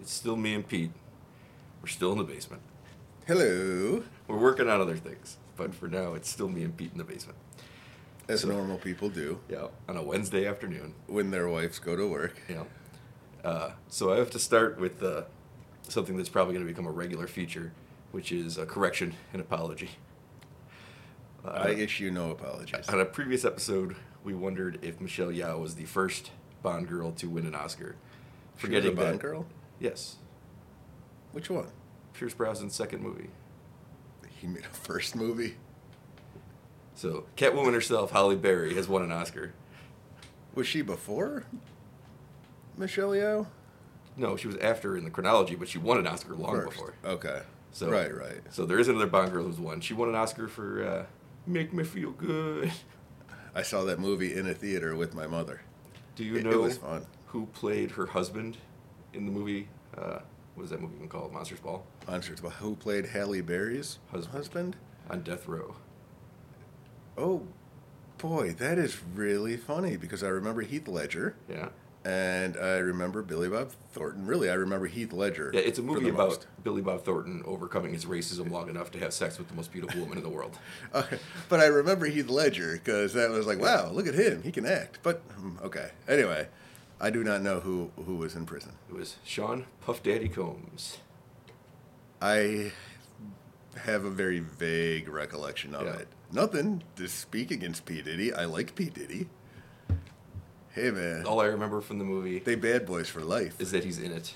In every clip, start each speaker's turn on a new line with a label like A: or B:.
A: It's still me and Pete. We're still in the basement.
B: Hello,
A: We're working on other things, but for now, it's still me and Pete in the basement.
B: as normal people do
A: Yeah, on a Wednesday afternoon.
B: when their wives go to work.
A: Yeah. Uh, so I have to start with uh, something that's probably going to become a regular feature, which is a correction and apology. Uh,
B: I issue no apologies.
A: on a previous episode, we wondered if Michelle Yao was the first Bond girl to win an Oscar.
B: She was a
A: Forgetting
B: Bond
A: that,
B: girl.
A: Yes,
B: Which one?
A: Pierce Brosnan's second movie.
B: He made a first movie,
A: So Catwoman herself, Holly Berry, has won an Oscar.
B: Was she before Michelle Yeoh?
A: No, she was after in the chronology, but she won an Oscar long
B: First.
A: before.
B: Okay.
A: So
B: right, right.
A: So there is another Bond girl who's won. She won an Oscar for uh, "Make Me Feel Good."
B: I saw that movie in a theater with my mother.
A: Do you
B: It- it
A: know
B: was fun.
A: who played her husband in the movie? Uh, what is that movie even called? Monsters Ball
B: Monsters. Ball. Who played Halle Berry's
A: Husband. on Death Row.
B: Oh, boy, that is really funny because I remember Heath Ledger
A: Yeah,
B: and I remember Billy Bob Thornton. Really, I remember Heath Ledger.
A: yeah. It's a
B: for
A: movie
B: the
A: about
B: most.
A: Billy Bob Thornton overcoming his racism long enough to have sex with the most beautiful woman in the world.
B: Okay, but I remember Heath Ledger because that was like, wow, look at him, he can act. But hmm, okay, anyway, I do not know who who was in prison.
A: It was Sean Puff Daddy Combs.
B: I have a very vague recollection of
A: Yeah.
B: it. Nothing to speak against P Diddy. I like P Diddy. Hey man,
A: All I remember from the movie
B: they bad boys for life.
A: Oh. is that he's in it.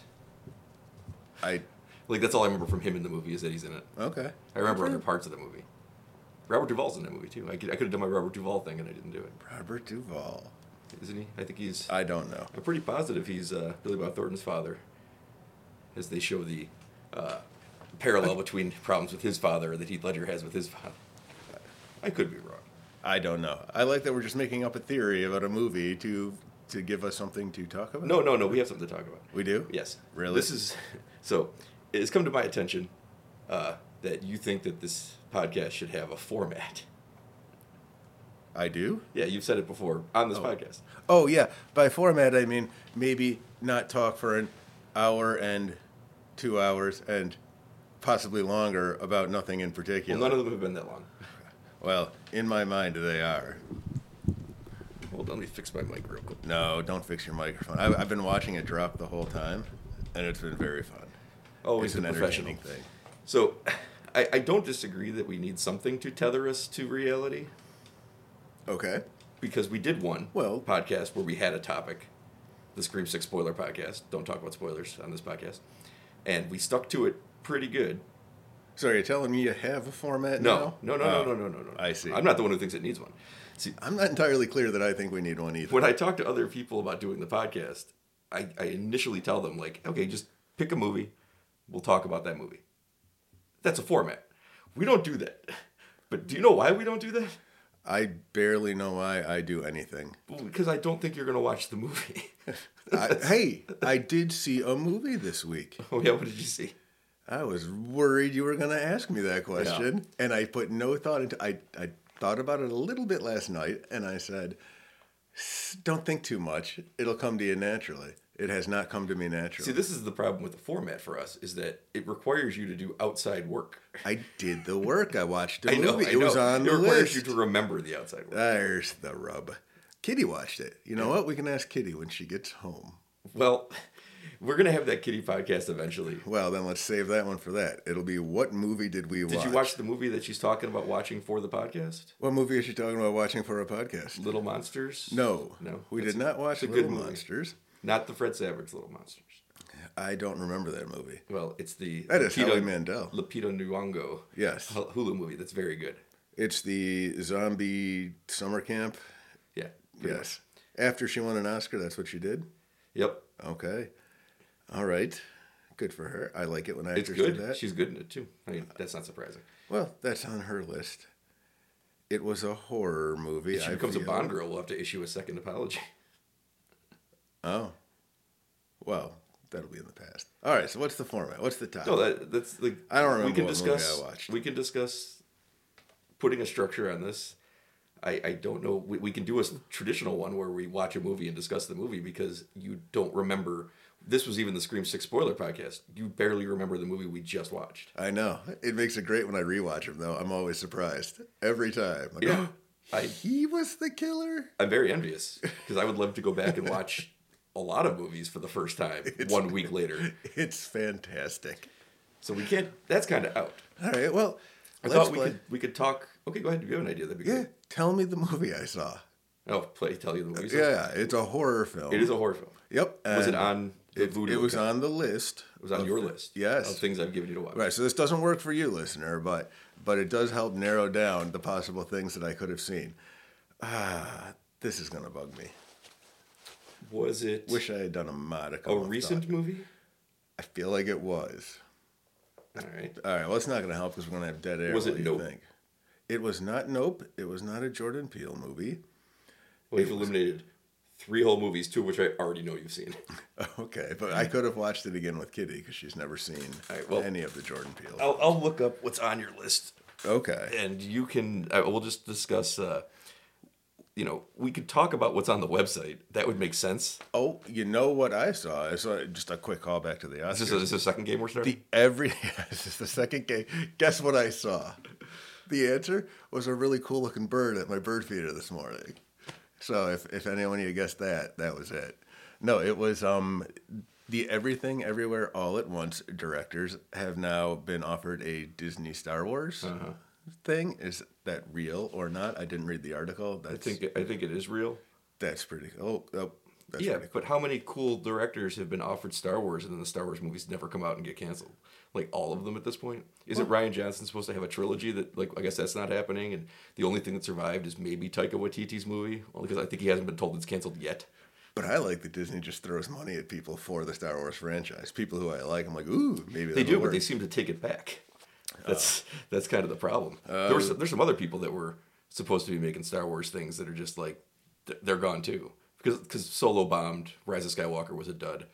B: I
A: Like that's all I remember from him in the movie is that he's in it.
B: okay.
A: I remember
B: Okay.
A: other parts of the movie. Robert Duvall's in that movie too. I could, I could have done my Robert Duvall thing and I didn't do it.
B: Robert Duvall.
A: Isn't he? I think he's.
B: I don't know.
A: I'm pretty positive he's uh, Billy Bob Thornton's father, as they show the uh, parallel between problems with his father that Heath Ledger has with his father. I could be wrong.
B: I don't know. I like that we're just making up a theory about a movie to to give us something to talk about.
A: No, no, no. We have something to talk about.
B: we do.
A: Yes.
B: Really?
A: This is so. It has come to my attention uh, that you think that this podcast should have a format.
B: I do.
A: Yeah, you've said it before on this
B: Oh.
A: podcast.
B: Oh yeah. By format, I mean maybe not talk for an hour and two hours and possibly longer about nothing in
A: Well,
B: particular.
A: none of them have been that long.
B: Well, in my mind, they are.
A: Hold on, let me fix my mic real quick.
B: No, don't fix your microphone. I, I've been watching it drop the whole time, and it's been very fun.
A: Always
B: it's an
A: the Oh, professional.
B: entertaining thing.
A: So, I, I don't disagree that we need something to tether us to reality
B: Okay.
A: because we did one
B: Well-
A: podcast where we had a topic, the Scream Six spoiler podcast. Don't talk about spoilers on this podcast, and we stuck to it pretty good.
B: So are you telling me you have a format
A: No,
B: now?
A: no, no, no,
B: Oh,
A: no, no, no, no.
B: I see.
A: I'm not the one who thinks it needs one. See,
B: I'm not entirely clear that I think we need one either.
A: when I talk to other people about doing the podcast, I, I initially tell them like, okay, just pick a movie, we'll talk about that movie. That's a format. We don't do that. But do you know why we don't do that?
B: I barely know why I do anything.
A: Because I don't think you're gonna watch the movie.
B: I, hey, I did see a movie this week.
A: oh yeah, what did you see?
B: I was worried you were going to ask me that question, and I put no thought into. I I thought about it a little bit last night, and I said, "S- "Don't think too much. It'll come to you naturally." It has not come to me naturally.
A: See, this is the problem with the format for us is that it requires you to do outside work.
B: I did the work. I watched a
A: I know,
B: movie.
A: I
B: it was
A: know.
B: on
A: it
B: the
A: requires
B: list.
A: you to remember the outside work.
B: There's the rub. Kitty watched it. You know what? We can ask Kitty when she gets home.
A: Well, we're gonna have that kitty podcast eventually.
B: Well, then let's save that one for that. It'll be what movie did we
A: Did
B: watch?
A: you watch the movie that she's talking about watching for the podcast?
B: What movie is she talking about watching for a podcast?
A: Little Monsters?
B: No,
A: No,
B: we
A: that's-
B: did not
A: it's
B: watch
A: a
B: Little
A: good movie.
B: Monsters.
A: Not the Fred Savage Little Monsters.
B: I don't remember that movie.
A: Well, it's the
B: That is Howie Mandel.
A: Lupita Nyong'o
B: Yes,
A: Hu- Hulu movie that's very good.
B: it's the zombie summer camp.
A: Yeah. pretty much.
B: Yes, after she won an Oscar, that's what she did.
A: Yep.
B: Okay, all right, good for her. I like it when
A: It's
B: actors do
A: good.
B: that.
A: She's good in it too. I mean, that's not surprising.
B: Well, that's on her list. It was a horror movie.
A: If she
B: I
A: becomes a
B: feel.
A: Bond girl, we'll have to issue a second apology.
B: Oh, well, that'll be in the past. All right. So what's the format? What's the topic?
A: No, that, that's like
B: I don't remember
A: We can
B: what movie I
A: discuss.
B: watched.
A: We can discuss putting a structure on this. I, I don't know. We, we can do a s- traditional one where we watch a movie and discuss the movie because you don't remember This was even the Scream 6 spoiler podcast. You barely remember the movie we just watched.
B: I know. It makes it great when I rewatch them, though. I'm always surprised every time. Like,
A: Yeah. I-
B: he was the killer.
A: I'm very envious because I would love to go back and watch a lot of movies for the first time one week later.
B: It's fantastic.
A: So we can't, that's kind of out.
B: All right. Well,
A: I
B: let's
A: thought we
B: play-
A: could, we could talk. Okay, go ahead. If you have an idea, that'd be
B: Yeah.
A: great.
B: Tell me the movie I saw.
A: Oh, play, tell you the movies.
B: Yeah, it's a horror film.
A: It is a horror film.
B: Yep.
A: Was it
B: and
A: on the
B: It,
A: Voodoo?
B: it was
A: account?
B: on the list.
A: It was on
B: of-
A: your list.
B: Yes.
A: Of things I've given you to watch.
B: Right, so this doesn't work for you, listener, but but it does help narrow down the possible things that I could have seen. Ah, this is gonna bug me.
A: Was it
B: Wish I had done a modicum.
A: a
B: of thought.
A: Oh, recent movie?
B: I feel like it was.
A: All right.
B: All right, well, it's not gonna help because we're gonna have dead air.
A: Was it
B: while you
A: Nope?
B: Think. It was not Nope. It was not a Jordan Peele movie.
A: Well, you've eliminated three whole movies, two of which I already know you've seen.
B: Okay, but I could have watched it again with Kitty because she's never seen
A: All right, well- oh.
B: any of the Jordan Peele.
A: I'll, I'll look up what's on your list,
B: Okay.
A: and you can. I, we'll just discuss. Uh, you know, we could talk about what's on the website. That would make sense.
B: Oh, you know what I saw? I saw just a quick call back to the Oscars.
A: Is this, a, is this a second game we're starting?
B: The every this is the second game. Guess what I saw? The answer was a really cool looking bird at my bird feeder this morning. So if if anyone of you guessed that, that was it. No, it was um the Everything Everywhere All at Once directors have now been offered a Disney Star Wars
A: Uh-huh.
B: thing. Is that real or not? I didn't read the article. That's
A: I think I think it is real.
B: that's pretty. Oh, oh that's
A: yeah,
B: pretty
A: but how many cool directors have been offered Star Wars and then the Star Wars movies never come out and get canceled? Like all of them at this point. Is it Ryan Johnson supposed to have a trilogy that like I guess that's not happening and the only thing that survived is maybe Taika Waititi's movie? Only because I think he hasn't been told it's canceled yet.
B: But I like that Disney just throws money at people for the Star Wars franchise. People who I like, I'm like, ooh, maybe
A: They
B: that'll
A: do, but
B: work.
A: they seem to take it back. That's that's kind of the problem. there was there's some other people that were supposed to be making Star Wars things that are just like th- they're gone too because because Solo bombed, Rise of Skywalker was a dud.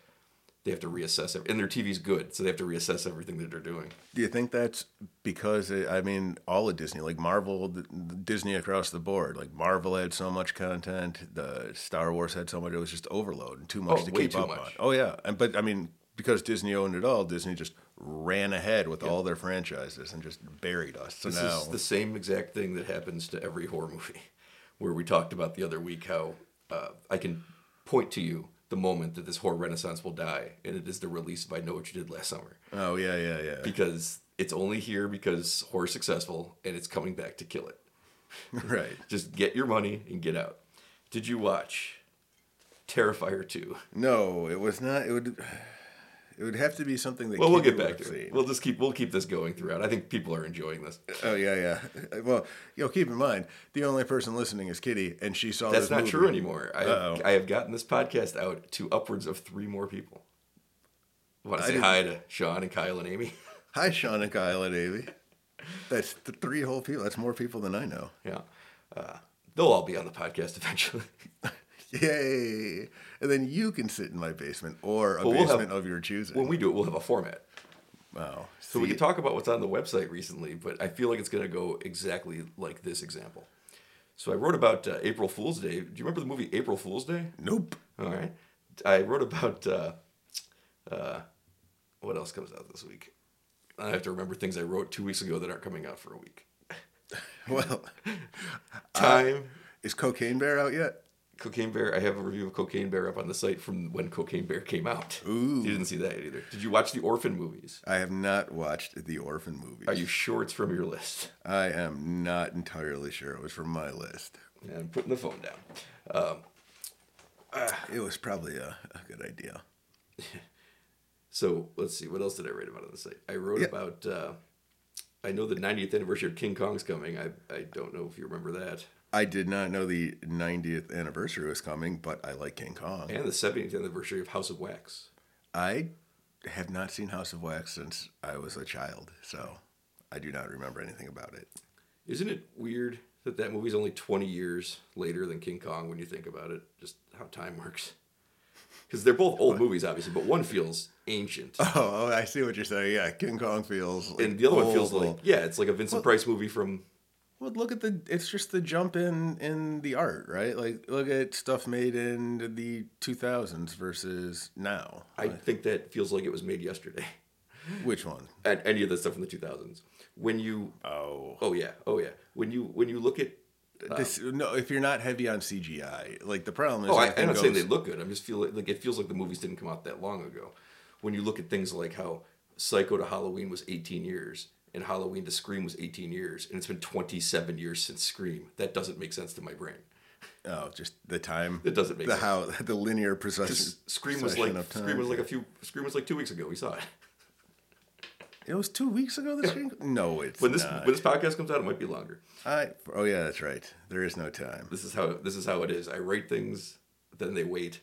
A: They have to reassess it, and their TV's good, so they have to reassess everything that they're doing.
B: Do you think that's because it, I mean, all of Disney, like Marvel, the, Disney across the board, like Marvel had so much content, the Star Wars had so much, it was just overload and too much
A: Oh,
B: to
A: way
B: keep
A: too
B: up
A: much.
B: on. Oh yeah, and, but I mean, because Disney owned it all, Disney just ran ahead with all their franchises and just buried us. So
A: This
B: now,
A: is the same exact thing that happens to every horror movie, where we talked about the other week how uh, I can point to you the moment that this horror renaissance will die, and it is the release of "I Know What You Did Last Summer."
B: oh yeah, yeah, yeah.
A: because it's only here because horror successful and it's coming back to kill it.
B: right.
A: Just get your money and get out. Did you watch Terrifier 2?
B: No, it was not. It would. It would have to be something that.
A: Well, we'll
B: Katie
A: get
B: would
A: back
B: have
A: to
B: seen.
A: it. We'll just keep we'll keep this going throughout. I think people are enjoying this.
B: Oh yeah, yeah. Well, you know, keep in mind the only person listening is Kitty, and she saw
A: That's
B: this
A: not
B: movie.
A: true anymore. I
B: Uh-oh.
A: have, I have gotten this podcast out to upwards of three more people. Want
B: I
A: to say
B: didn't-
A: hi to Sean and Kyle and Amy?
B: Hi, Sean and Kyle and Amy. That's th- three whole people. That's more people than I know.
A: yeah, uh, they'll all be on the podcast eventually.
B: Yay! And then you can sit in my basement or a
A: Well, we'll have-
B: basement of your choosing.
A: when we do it, we'll have a format.
B: wow.
A: So we can talk about what's on the website recently, but I feel like it's going to go exactly like this example. So I wrote about uh, April Fool's Day. Do you remember the movie April Fool's Day?
B: Nope.
A: All right. I wrote about uh, uh, what else comes out this week. I have to remember things I wrote two weeks ago that aren't coming out for a week.
B: Well,
A: Time,
B: is Cocaine Bear out yet?
A: Cocaine Bear. I have a review of Cocaine Bear up on the site from when Cocaine Bear came out.
B: Ooh.
A: You didn't see that either. Did you watch the Orphan movies?
B: I have not watched the Orphan movies.
A: Are you sure it's from your list?
B: I am not entirely sure it was from my list.
A: And I'm putting the phone down.
B: It was probably a, a good idea.
A: So let's see, what else did I write about on the site? I wrote
B: Yeah.
A: about. Uh, I know the 90th anniversary of King Kong's coming. I I don't know if you remember that,
B: I did not know the 90th anniversary was coming, but I like King Kong.
A: and the 70th anniversary of House of Wax.
B: I have not seen House of Wax since I was a child, so I do not remember anything about it.
A: Isn't it weird that that movie's only 20 years later than King Kong when you think about it? Just how time works. Because they're both old movies, obviously, but one feels ancient,
B: Oh, oh, I see what you're saying. Yeah, King Kong feels. like
A: and the other one
B: old,
A: feels like
B: old.
A: yeah, it's like a Vincent Price movie from
B: Well, look at the. It's just the jump in in the art, right? Like, look at stuff made in the two thousands versus now.
A: I think that feels like it was made yesterday.
B: Which one?
A: And any of the stuff from the 2000s. When you
B: Oh,
A: oh yeah oh yeah when you when you look at
B: this no. If you're not heavy on CGI, like the problem is,
A: oh I, I'm
B: everything
A: not saying they
B: goes-
A: look good. I'm just feel like it feels like the movies didn't come out that long ago. When you look at things like how Psycho to Halloween was 18 years and Halloween to Scream was 18 years and it's been 27 years since Scream. That doesn't make sense to my brain.
B: oh, just the time.
A: It doesn't make
B: the
A: sense.
B: how the linear procession.
A: Scream was
B: procession
A: like
B: of time.
A: Scream was like a few Scream was like two weeks ago. We saw it.
B: It was two weeks ago. The screen. No, it's
A: When this
B: not.
A: when this podcast comes out, it might be longer.
B: I, oh yeah, that's right. There is no time.
A: This is how this is how it is. I write things, then they wait,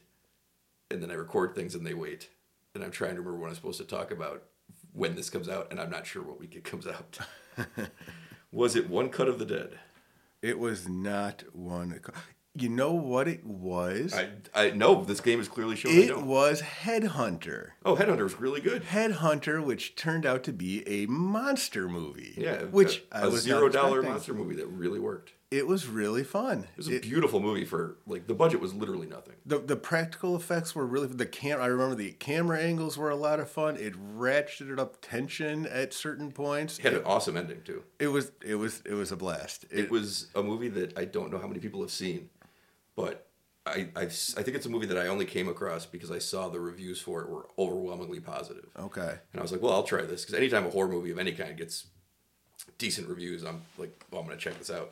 A: and then I record things and they wait. And I'm trying to remember what I'm supposed to talk about when this comes out, and I'm not sure what week it comes out. Was it One Cut of the Dead?
B: It was not one. o'clock. You know what it was?
A: I I know this game is clearly showing. I
B: it
A: don't.
B: was Headhunter.
A: oh, Headhunter was really good.
B: Headhunter, which turned out to be a monster movie.
A: Yeah,
B: which
A: a
B: I was
A: zero dollar
B: monster.
A: monster movie that really worked.
B: It was really fun.
A: It was a beautiful movie for like the budget was literally nothing.
B: the the practical effects were really the cam. I remember the camera angles were a lot of fun. It ratcheted up tension at certain points.
A: It had an awesome ending too.
B: It was it was it was a blast. It,
A: It was a movie that I don't know how many people have seen, but I I've, si think it's a movie that I only came across because I saw the reviews for it were overwhelmingly positive,
B: okay.
A: and I was like, well, I'll try this because anytime a horror movie of any kind gets decent reviews, I'm like, well, I'm gonna check this out.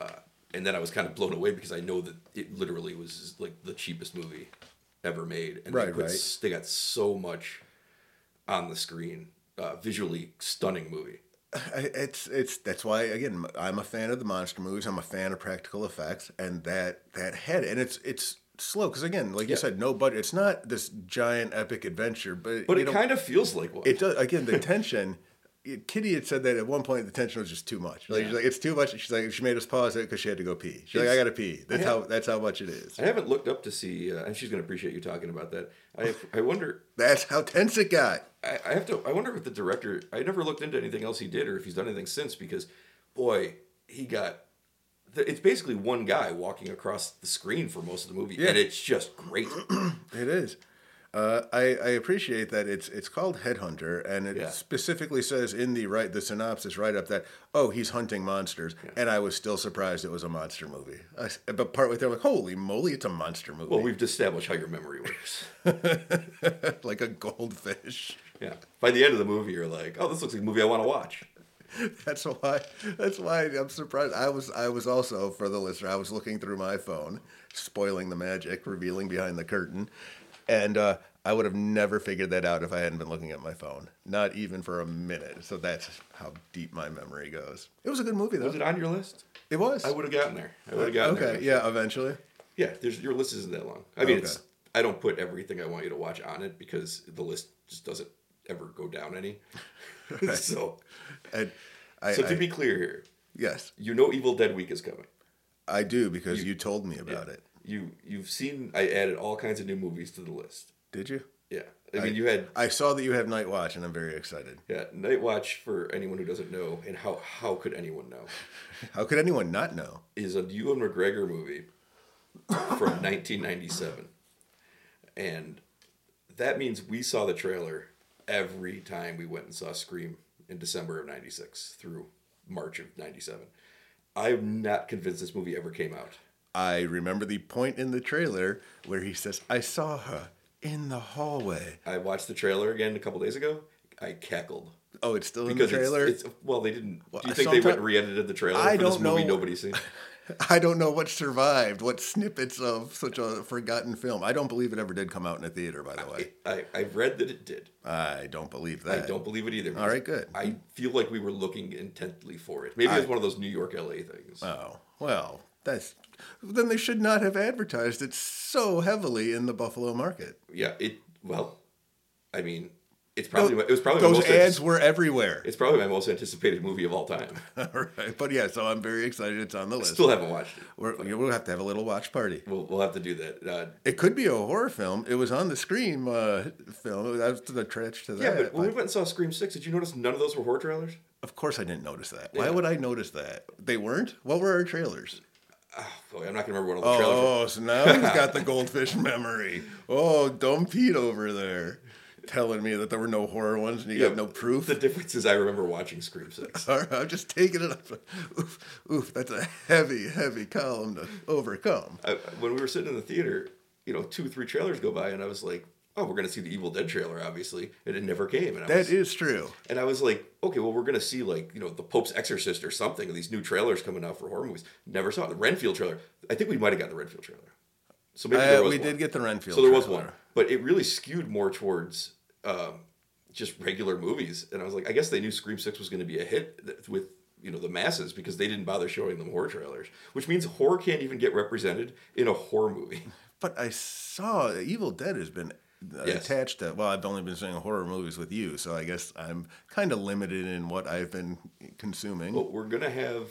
A: Uh, and then I was kind of blown away because I know that it literally was like the cheapest movie ever made, and they,
B: Right,
A: put,
B: right.
A: s- they got so much on the screen, uh, visually stunning movie.
B: I- It's it's that's why again I'm a fan of the monster movies. I'm a fan of practical effects, and that that head and it's it's slow because again, like you
A: Yeah.
B: said, no budget. It's not this giant epic adventure, but
A: But
B: you
A: it
B: know,
A: kind of feels like one.
B: it does again the tension. it- Kitty had said that at one point the tension was just too much. Like, She's like, it's too much. She's like, she made us pause it because she had to go pee. She's like, I
A: It's-
B: gotta pee. That's
A: yeah.
B: how that's how much it is.
A: I haven't looked up to see, uh, and she's going to appreciate you talking about that. I I wonder.
B: That's how tense it got.
A: I, I have to. I wonder if the director. I never looked into anything else he did, or if he's done anything since. Because, boy, he got. The, it's basically one guy walking across the screen for most of the movie, and it's just great.
B: It is. Uh, I, I appreciate that it's it's called Headhunter, and it
A: Yeah.
B: specifically says in the right the synopsis right up that oh he's hunting monsters, and I was still surprised it was a monster movie. I s but partway through, I'm like, holy moly, it's a monster movie,
A: well, we've established how your memory works.
B: like a goldfish.
A: Yeah. By the end of the movie, you're like, oh, this looks like a movie I want to watch.
B: That's why. That's why I'm surprised. I was. I was also for the listener. I was looking through my phone, spoiling the magic, revealing behind the curtain, and uh, I would have never figured that out if I hadn't been looking at my phone. Not even for a minute. So that's how deep my memory goes. It was a good movie though.
A: Was it on your list?
B: It was.
A: I would have gotten there. I would have gotten
B: okay.
A: there.
B: Yeah. Eventually.
A: Yeah, there's your list isn't that long. I mean,
B: Okay.
A: it's I don't put everything I want you to watch on it because the list just doesn't ever go down any. so,
B: And I,
A: so to
B: I-
A: be clear here,
B: yes,
A: you know, Evil Dead Week is coming.
B: I do because you, told me about it.
A: You you've seen I added all kinds of new movies to the list.
B: Did you?
A: Yeah, I mean you had
B: I saw that you have Night Watch, and I'm very excited.
A: yeah Night Watch for anyone who doesn't know, and how how could anyone know
B: How could anyone not know?
A: is a Ewan McGregor movie from 1997, and that means we saw the trailer every time we went and saw Scream in December of '96 through March of '97. I'm not convinced this movie ever came out.
B: I remember the point in the trailer where he says, I saw her in the hallway.
A: I watched the trailer again a couple days ago. I cackled
B: Oh, it's still in
A: because
B: the trailer?
A: It's, it's well, they didn't.
B: Well,
A: do you think they went
B: sometime-
A: and re-edited the trailer
B: I
A: for this
B: don't
A: movie
B: know.
A: nobody's seen?
B: I don't know what survived, what snippets of such a forgotten film. I don't believe it ever did come out in a theater, by the way.
A: I I read that it did.
B: I don't believe
A: I
B: that.
A: don't believe it either.
B: All right, good.
A: I feel like we were looking intently for it. Maybe it was one of those New York LA things.
B: Oh, well, that's. Then they should not have advertised it so heavily in the Buffalo market.
A: yeah, it well, I mean, It's probably my- it was probably my
B: those
A: most
B: ads were everywhere.
A: It's probably my most anticipated movie of all time.
B: All right, but yeah, so I'm very excited. It's on the list.
A: Still haven't watched it.
B: We're, we'll have to have a little watch party.
A: We'll, we'll have to do that. Uh,
B: It could be a horror film. It was on the Scream uh, film. That's the trench to that.
A: yeah, but when we
B: but
A: went and saw Scream Six, did you notice none of those were horror trailers?
B: of course, I didn't notice that. Why
A: Yeah.
B: would I notice that? They weren't. What were our trailers?
A: Ah, Boy, I'm not gonna remember what all the trailers. were.
B: Oh, so now he's got the goldfish memory. Oh, dumb Pete over there, telling me that there were no horror ones and you
A: Yeah,
B: got no proof.
A: The difference is I remember watching Scream Six.
B: All right, I'm just taking it up. Oof, oof, that's a heavy, heavy column to overcome.
A: I, when we were sitting in the theater, you know, two three trailers go by, and I was like, "Oh, we're gonna see the Evil Dead trailer, obviously," and it never came. And I
B: That
A: was,
B: is true.
A: and I was like, "Okay, well, we're gonna see like you know the Pope's Exorcist or something." These new trailers coming out for horror movies. Never saw it. The Renfield trailer. I think we might have got the Renfield trailer. So maybe
B: Uh,
A: there was
B: we
A: one.
B: did get the Renfield.
A: so there was
B: trailer.
A: one, but it really skewed more towards um, just regular movies. And I was like, I guess they knew Scream Six was going to be a hit th- with you know the masses because they didn't bother showing them horror trailers, which means horror can't even get represented in a horror movie.
B: But I saw Evil Dead has been uh,
A: Yes.
B: attached to. Well, I've only been seeing horror movies with you, so I guess I'm kind of limited in what I've been consuming.
A: But we're gonna have,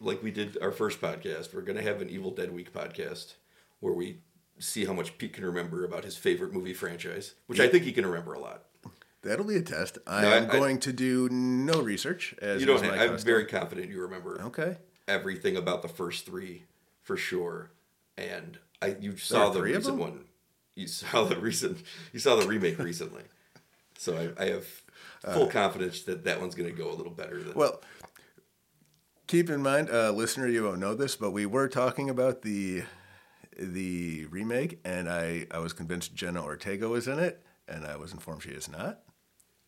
A: like we did our first podcast, we're gonna have an Evil Dead Week podcast where we see how much Pete can remember about his favorite movie franchise, which I think he can remember a lot.
B: That'll be a test. I
A: I-
B: am
A: I-
B: going to do no research. As
A: You don't.
B: is my
A: Have, I'm
B: custom.
A: very confident you remember.
B: okay.
A: everything about the first three for sure. And I you saw
B: are
A: the
B: three of
A: recent
B: them?
A: one. You saw the recent you saw the remake recently. So I, I have full confidence that that one's going to go a little better than
B: Uh. Well, keep in mind, uh, listener, you won't know this, but we were talking about the the remake, and I I was convinced Jenna Ortega was in it, and I was informed she is not.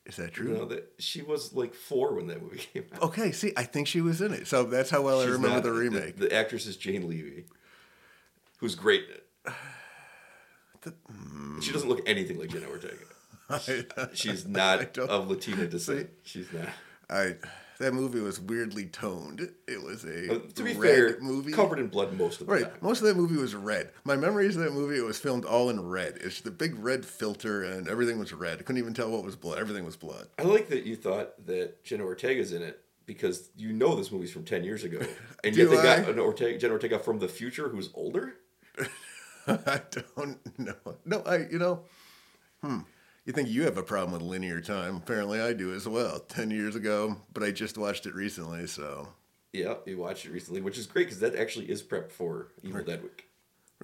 B: Is that true?
A: you know that she was like 4 when that movie came out.
B: Okay, see, I think she was in it, so that's how well I
A: She's
B: remember
A: not-
B: the remake.
A: The, actress is Jane Levy. Who's great in it.
B: hmm.
A: She doesn't look anything like Jenna Ortega. She's not
B: don't-
A: of Latina descent. She's not.
B: I that movie was weirdly toned. It was a
A: Uh, To be
B: red
A: fair,
B: movie
A: covered in blood most of the
B: Right,
A: time.
B: most of that movie was red. My memory is that movie it was filmed all in red. It's the big red filter, and everything was red. I couldn't even tell what was blood. Everything was blood.
A: I like that you thought that Jenna Ortega's in it because you know this movie's from 10 years ago. And yet
B: Do
A: they got
B: I?
A: an Ortega, Jenna Ortega from the future who's older?
B: I don't know. No, I you know, hmm. You think you have a problem with linear time? Apparently, I do as well. Ten years ago, but I just watched it recently, so
A: Yeah, you watched it recently, which is great because that actually is prep for Evil Dead Week.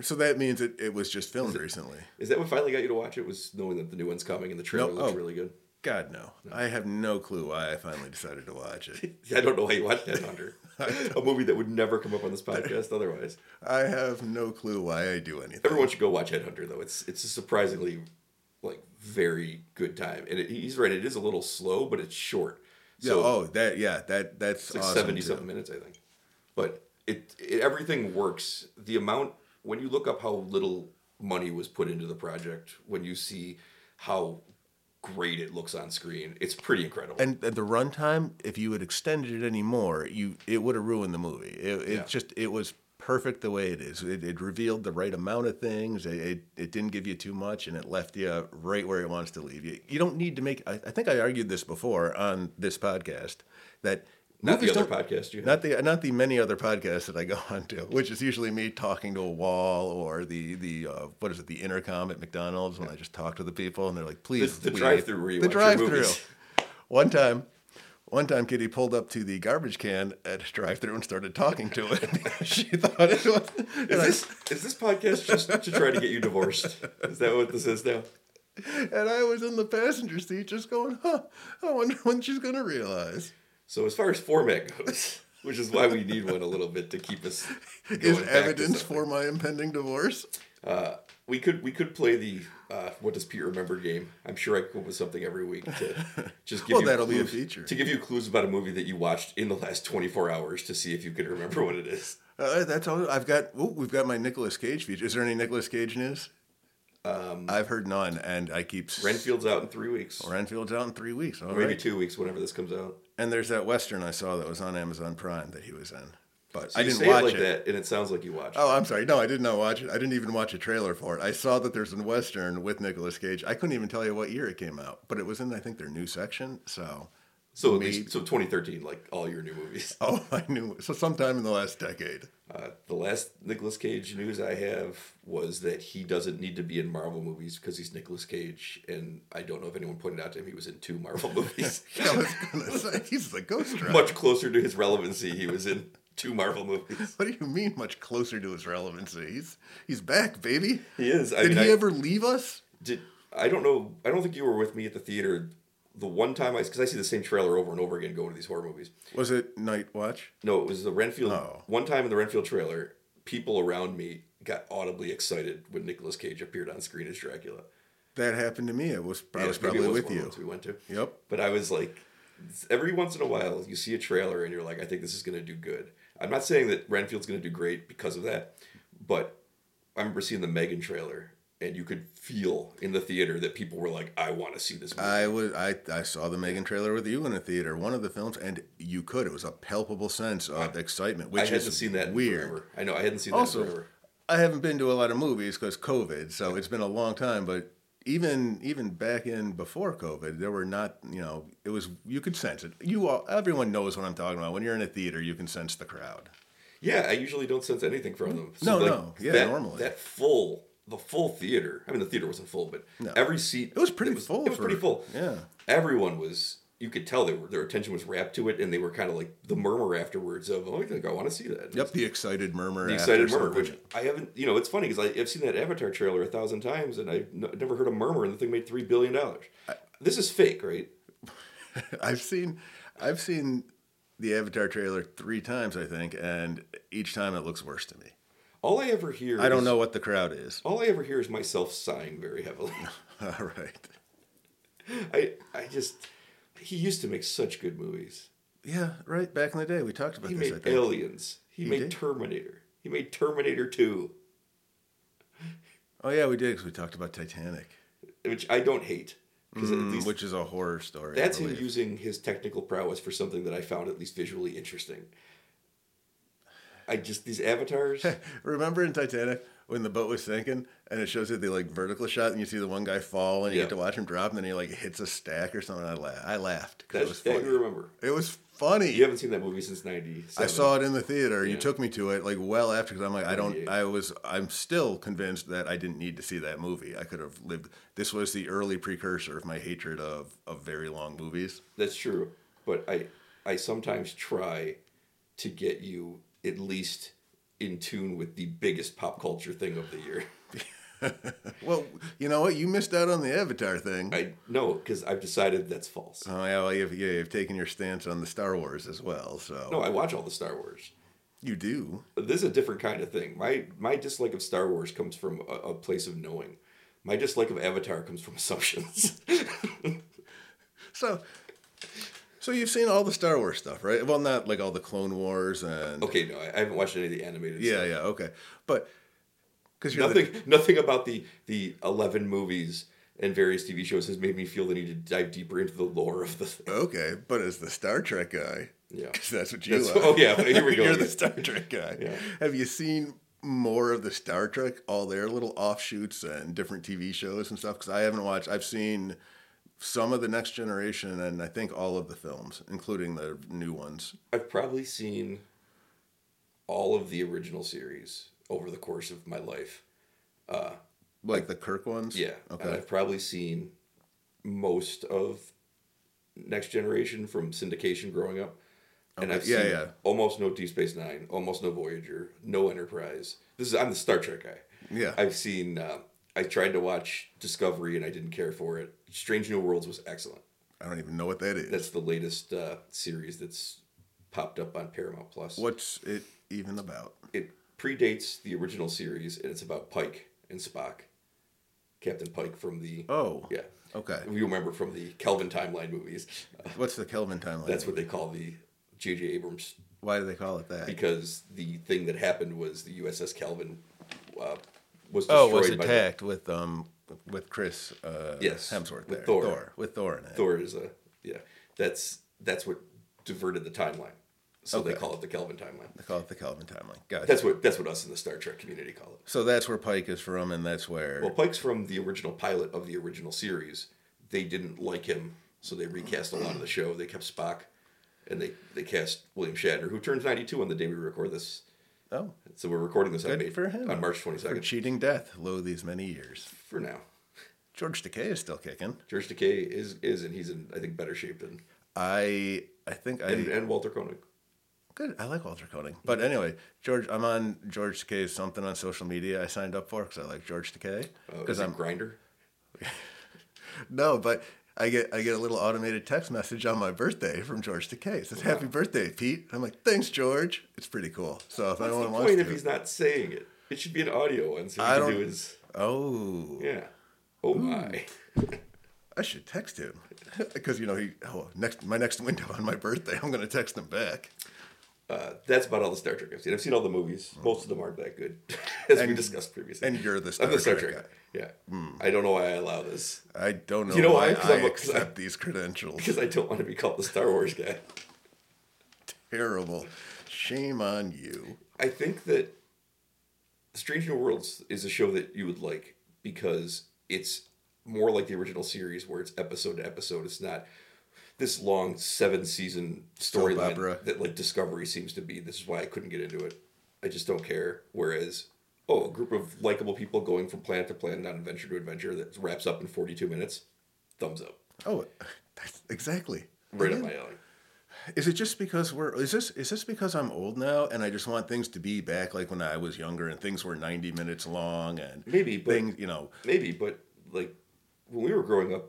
B: so that means it, it was just filmed recently.
A: Is that what finally got you to watch it? Was knowing that the new one's coming and the trailer
B: No,
A: looks
B: oh.
A: really good?
B: God no, I have no clue why I finally decided to watch it.
A: I don't know why you watched that under a movie that would never come up on this podcast otherwise.
B: I have no clue why I do anything.
A: Everyone should go watch Headhunter though. It's it's a surprisingly like very good time. And it, he's right; it is a little slow, but it's short.
B: yeah. Oh, that yeah. That that's
A: It's like
B: awesome,
A: 70
B: too.
A: something minutes, I think. But it, it everything works. The amount when you look up how little money was put into the project, when you see how great it looks on screen, it's pretty incredible.
B: and at the runtime, if you had extended it any more, you it would have ruined the movie. It, it
A: Yeah.
B: just it was perfect the way it is. It, it revealed the right amount of things. It, it it didn't give you too much, and it left you right where it wants to leave you. You don't need to make. I, I think I argued this before on this podcast that.
A: Not the
B: movies
A: other
B: don't-
A: podcast you have.
B: not the not the many other podcasts that I go on to, which is usually me talking to a wall or the the uh, what is it the intercom at McDonald's when I just talk to the people and they're like, please
A: the
B: leave."
A: drive-thru where you
B: the
A: watch your
B: drive through.
A: movies.
B: One time, one time, Kitty pulled up to the garbage can at a drive through and started talking to it. she thought it was. and
A: is
B: I-
A: this is this podcast just to try to get you divorced? Is that what this is now?
B: and I was in the passenger seat, just going, "Huh? I wonder when she's going to realize."
A: So as far as format goes, which is why we need one a little bit to keep us going
B: Is
A: back to
B: evidence
A: something.
B: for my impending divorce?
A: Uh, we could we could play the uh, what does Pete remember game. I'm sure I come up with something every week to just give
B: Well,
A: you
B: that'll be a
A: clues-
B: feature.
A: to give you clues about a movie that you watched in the last 24 hours to see if you can remember what it is.
B: Uh, that's all. I've got. Ooh, we've got my Nicolas Cage feature. Is there any Nicolas Cage news? Um, I've heard none, and I keep s-
A: Renfield's out in three weeks,
B: Renfield's out in three weeks. all
A: maybe
B: right.
A: two weeks, whenever this comes out.
B: And there's that western I saw that was on Amazon Prime that he was in. But
A: So
B: I
A: you
B: didn't
A: say
B: watch
A: it like
B: it.
A: that, and it sounds like you watched.
B: Oh, I'm sorry. No, I did not watch it. I didn't even watch a trailer for it. I saw that there's a western with Nicolas Cage. I couldn't even tell you what year it came out, but it was in I think their new section. So,
A: so at
B: maybe-
A: least, so 2013, like all your new movies.
B: oh, I knew. So sometime in the last decade.
A: Uh, the last Nicolas Cage news I have was that he doesn't need to be in Marvel movies because he's Nicolas Cage, and I don't know if anyone pointed out to him he was in two Marvel movies.
B: I was gonna say he's the ghost Rider.
A: Much closer to his relevancy, he was in two Marvel movies.
B: What do you mean? Much closer to his relevancy. He's he's back, baby.
A: He is. I
B: Did
A: mean,
B: he
A: I-
B: ever leave us?
A: Did I don't know? I don't think you were with me at the theater. The one time I, because I see the same trailer over and over again going to these horror movies.
B: Was it Night Watch?
A: No, it was the Renfield.
B: Oh.
A: One time in the Renfield trailer, people around me got audibly excited when Nicolas Cage appeared on screen as Dracula.
B: That happened to me. It was I was
A: Yeah, maybe
B: probably
A: it was one
B: with
A: of the
B: you.
A: ones We went to.
B: Yep.
A: But I was like, every once in a while, you see a trailer and you're like, I think this is going to do good. I'm not saying that Renfield's going to do great because of that, but I remember seeing the Megan trailer and you could feel in the theater that people were like, I want to see this movie.
B: I was I, I saw the Megan trailer with you in a theater, one of the films, and you could. It was a palpable sense of excitement,
A: I
B: which
A: hadn't
B: is
A: seen that in
B: weird.
A: forever. I know I hadn't seen that in
B: Also,
A: forever.
B: I haven't been to a lot of movies because COVID, so it's been a long time. But even even back in before COVID, there were not you know it was you could sense it. You all everyone knows what I'm talking about. When you're in a theater, you can sense the crowd.
A: Yeah, I usually don't sense anything from them.
B: No, no. Yeah,
A: that,
B: normally.
A: that full, the full theater. I mean, the theater wasn't full, but every seat.
B: It was pretty full
A: It was
B: for-
A: pretty full.
B: yeah.
A: everyone was. You could tell they were, their attention was wrapped to it, and they were kind of like the murmur afterwards of, "Oh, I think I want to see that."
B: Yep, the excited murmur.
A: The
B: after
A: excited murmur,
B: something.
A: which I haven't. You know, it's funny because I've seen that Avatar trailer a thousand times, and I've n- never heard a murmur, and the thing made three billion dollars. This is fake, right?
B: I've seen, I've seen the Avatar trailer three times, I think, and each time it looks worse to me.
A: All I ever hear.
B: I don't
A: is-
B: know what the crowd is.
A: All I ever hear is myself sighing very heavily.
B: All right.
A: I I just he used to make such good movies.
B: Yeah, right. Back in the day, we talked about
A: He
B: this. I
A: made
B: think.
A: Aliens. He, made
B: did?
A: Terminator. He made Terminator Two,
B: oh yeah, we did because we talked about Titanic,
A: which I don't hate because at least
B: Mm, which is a horror story. I
A: that's him
B: believe.
A: using his technical prowess for something that I found at least visually interesting. I just these avatars.
B: Remember in Titanic when the boat was sinking and it shows you the like vertical shot and you see the one guy fall and you
A: Yeah.
B: get to watch him drop and then he like hits a stack or something. I laugh. I laughed because it was
A: That's, that you
B: funny.
A: remember.
B: It was funny.
A: You haven't seen that movie since '90.
B: I saw it in the theater. You
A: Yeah.
B: took me to it like well after because I'm like I don't.
A: 98.
B: I was. I'm still convinced that I didn't need to see that movie. I could have lived. This was the early precursor of my hatred of of very long movies.
A: That's true, but I I sometimes try to get you at least in tune with the biggest pop culture thing of the year.
B: Well, you know what? You missed out on the Avatar thing.
A: I no, because I've decided that's false.
B: oh yeah, well you've, yeah, you've taken your stance on the Star Wars as well. So
A: No, I watch all the Star Wars.
B: you do.
A: This is a different kind of thing. My my dislike of Star Wars comes from a, a place of knowing. My dislike of Avatar comes from assumptions.
B: So. So you've seen all the Star Wars stuff, right? Well, not like all the Clone Wars and
A: okay, no, I, I haven't watched any of the animated.
B: yeah,
A: stuff.
B: yeah, okay, but because you're the-
A: nothing nothing about the the eleven movies and various TV shows has made me feel the need to dive deeper into the lore of the. Thing.
B: Okay, but as the Star Trek guy,
A: Yeah.
B: 'cause that's what you.
A: That's-
B: are.
A: oh, yeah, here we go
B: You're
A: again.
B: the Star Trek guy.
A: Yeah.
B: Have you seen more of the Star Trek? All their little offshoots and different TV shows and stuff. Because I haven't watched. I've seen some of the Next Generation and I think all of the films, including the new ones.
A: I've probably seen all of the original series over the course of my life.
B: Like the Kirk ones?
A: Yeah. Uh, And
B: Okay.
A: I've probably seen most of Next Generation from syndication growing up. And I've
B: Yeah,
A: seen
B: yeah.
A: almost no Deep Space Nine, almost no Voyager, no Enterprise. This is I'm the Star Trek guy.
B: Yeah.
A: I've seen. Uh, I tried to watch Discovery and I didn't care for it. Strange New Worlds was excellent.
B: I don't even know what that is.
A: That's the latest uh, series that's popped up on Paramount Plus.
B: What's it even about?
A: It predates the original series and it's about Pike and Spock, Captain Pike from the
B: Oh.
A: yeah.
B: Okay.
A: If you remember from the Kelvin timeline movies, uh,
B: What's the Kelvin timeline?
A: that's what they call the J.J. Abrams
B: Why do they call it that?
A: because the thing that happened was the USS Kelvin uh, was
B: Oh,
A: destroyed
B: it was
A: by
B: attacked with um with Chris uh,
A: Yes,
B: Hemsworth
A: with
B: there.
A: Thor.
B: with Thor in it.
A: The, Thor is a yeah. That's that's what diverted the timeline. So they call it the Kelvin timeline.
B: They call it the Kelvin timeline. Gotcha.
A: That's what that's what us in the Star Trek community call it.
B: so that's where Pike is from, and that's where.
A: Well, Pike's from the original pilot of the original series. They didn't like him, so they recast a lot of the show. They kept Spock, and they they cast William Shatner, who turns ninety two on the day we record this.
B: oh,
A: So we're recording this on,
B: Good
A: May-
B: for him.
A: on March twenty
B: for
A: second.
B: cheating death, lo these many years.
A: For now,
B: George Takei is still kicking.
A: George Takei is is and he's in I think better shape than
B: I I think I
A: and, uh, and Walter Koenig.
B: Good. I like Walter Koenig. But anyway, George, I'm on George Takei's something on social media I signed up for because I like George Takei.
A: Uh,
B: Because
A: is I'm
B: I'm
A: grinder.
B: no, but I get I get a little automated text message on my birthday from George Takei. It says Happy birthday, Pete. I'm like, thanks, George. It's pretty cool. So
A: That's
B: if
A: the
B: anyone
A: point
B: wants
A: if
B: to,
A: he's not saying it. It should be an audio one, so he
B: I
A: can
B: don't-
A: do his
B: oh,
A: yeah. Oh my.
B: I should text him because you know he oh next my next window on my birthday I'm gonna text him back.
A: Uh, that's about all the Star Trek I've seen. I've seen all the movies. Most of them aren't that good, as we
B: Mm. And-
A: discussed previously.
B: and you're the
A: I'm the Star
B: Star
A: Trek.
B: Trek
A: guy.
B: Mm.
A: Yeah. I don't know why I allow this
B: I don't know,
A: You know why?
B: why
A: 'Cause
B: I
A: I'm a- 'cause
B: accept
A: I'm-
B: these credentials.
A: because I don't want to be called the Star Wars guy.
B: Terrible. Shame on you.
A: I think that Strange New Worlds is a show that you would like because it's more like the original series where it's episode to episode. It's not this long seven season
B: Soap opera.
A: storyline that like Discovery seems to be. This is why I couldn't get into it. I just don't care. Whereas, oh, a group of likable people going from planet to planet on adventure to adventure that wraps up in 42 minutes. Thumbs up.
B: Oh, that's exactly.
A: Right up my alley.
B: Is it just because we're is this is this because I'm old now and I just want things to be back like when I was younger and things were 90 minutes long and
A: Maybe, but-
B: things, you know,
A: Maybe, but like when we were growing up,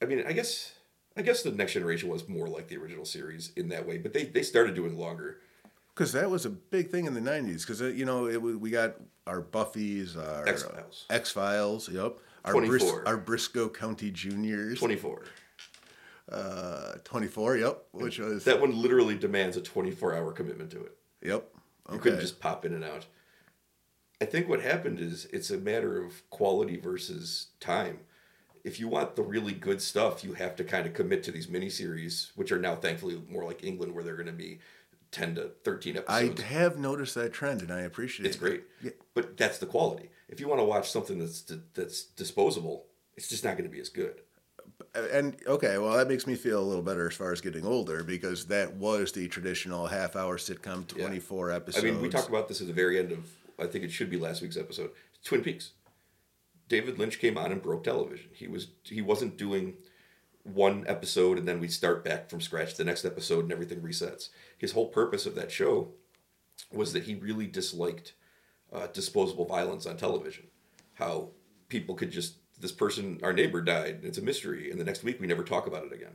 A: I mean, I guess I guess the next generation was more like the original series in that way, but they they started doing longer.
B: cuz that was a big thing in the 90s cuz you know, it wa- we got our Buffy's, our
A: X-Files.
B: X-Files, yep. Our, Bris-
A: 24.
B: our Briscoe County Juniors.
A: Twenty four.
B: Uh, 24, yep. Which was,
A: That one literally demands a twenty four hour commitment to it.
B: yep.
A: You
B: Okay.
A: couldn't just pop in and out. I think what happened is it's a matter of quality versus time. If you want the really good stuff, you have to kind of commit to these miniseries, which are now thankfully more like England, where they're going to be ten to thirteen
B: I
A: episodes.
B: have noticed that trend and I appreciate
A: it's
B: it.
A: great.
B: Yeah.
A: But that's the quality. If you want to watch something that's that's disposable, it's just not going to be as good.
B: and okay, well, that makes me feel a little better as far as getting older because that was the traditional half-hour sitcom, twenty-four
A: I
B: episodes.
A: mean, we talked about this at the very end of I think it should be last week's episode. Twin Peaks. David Lynch came on and broke television. He was he wasn't doing one episode and then we start back from scratch the next episode and everything resets. His whole purpose of that show was that he really disliked uh, disposable violence on television. How people could just this person, our neighbor died, and it's a mystery, and the next week we never talk about it again.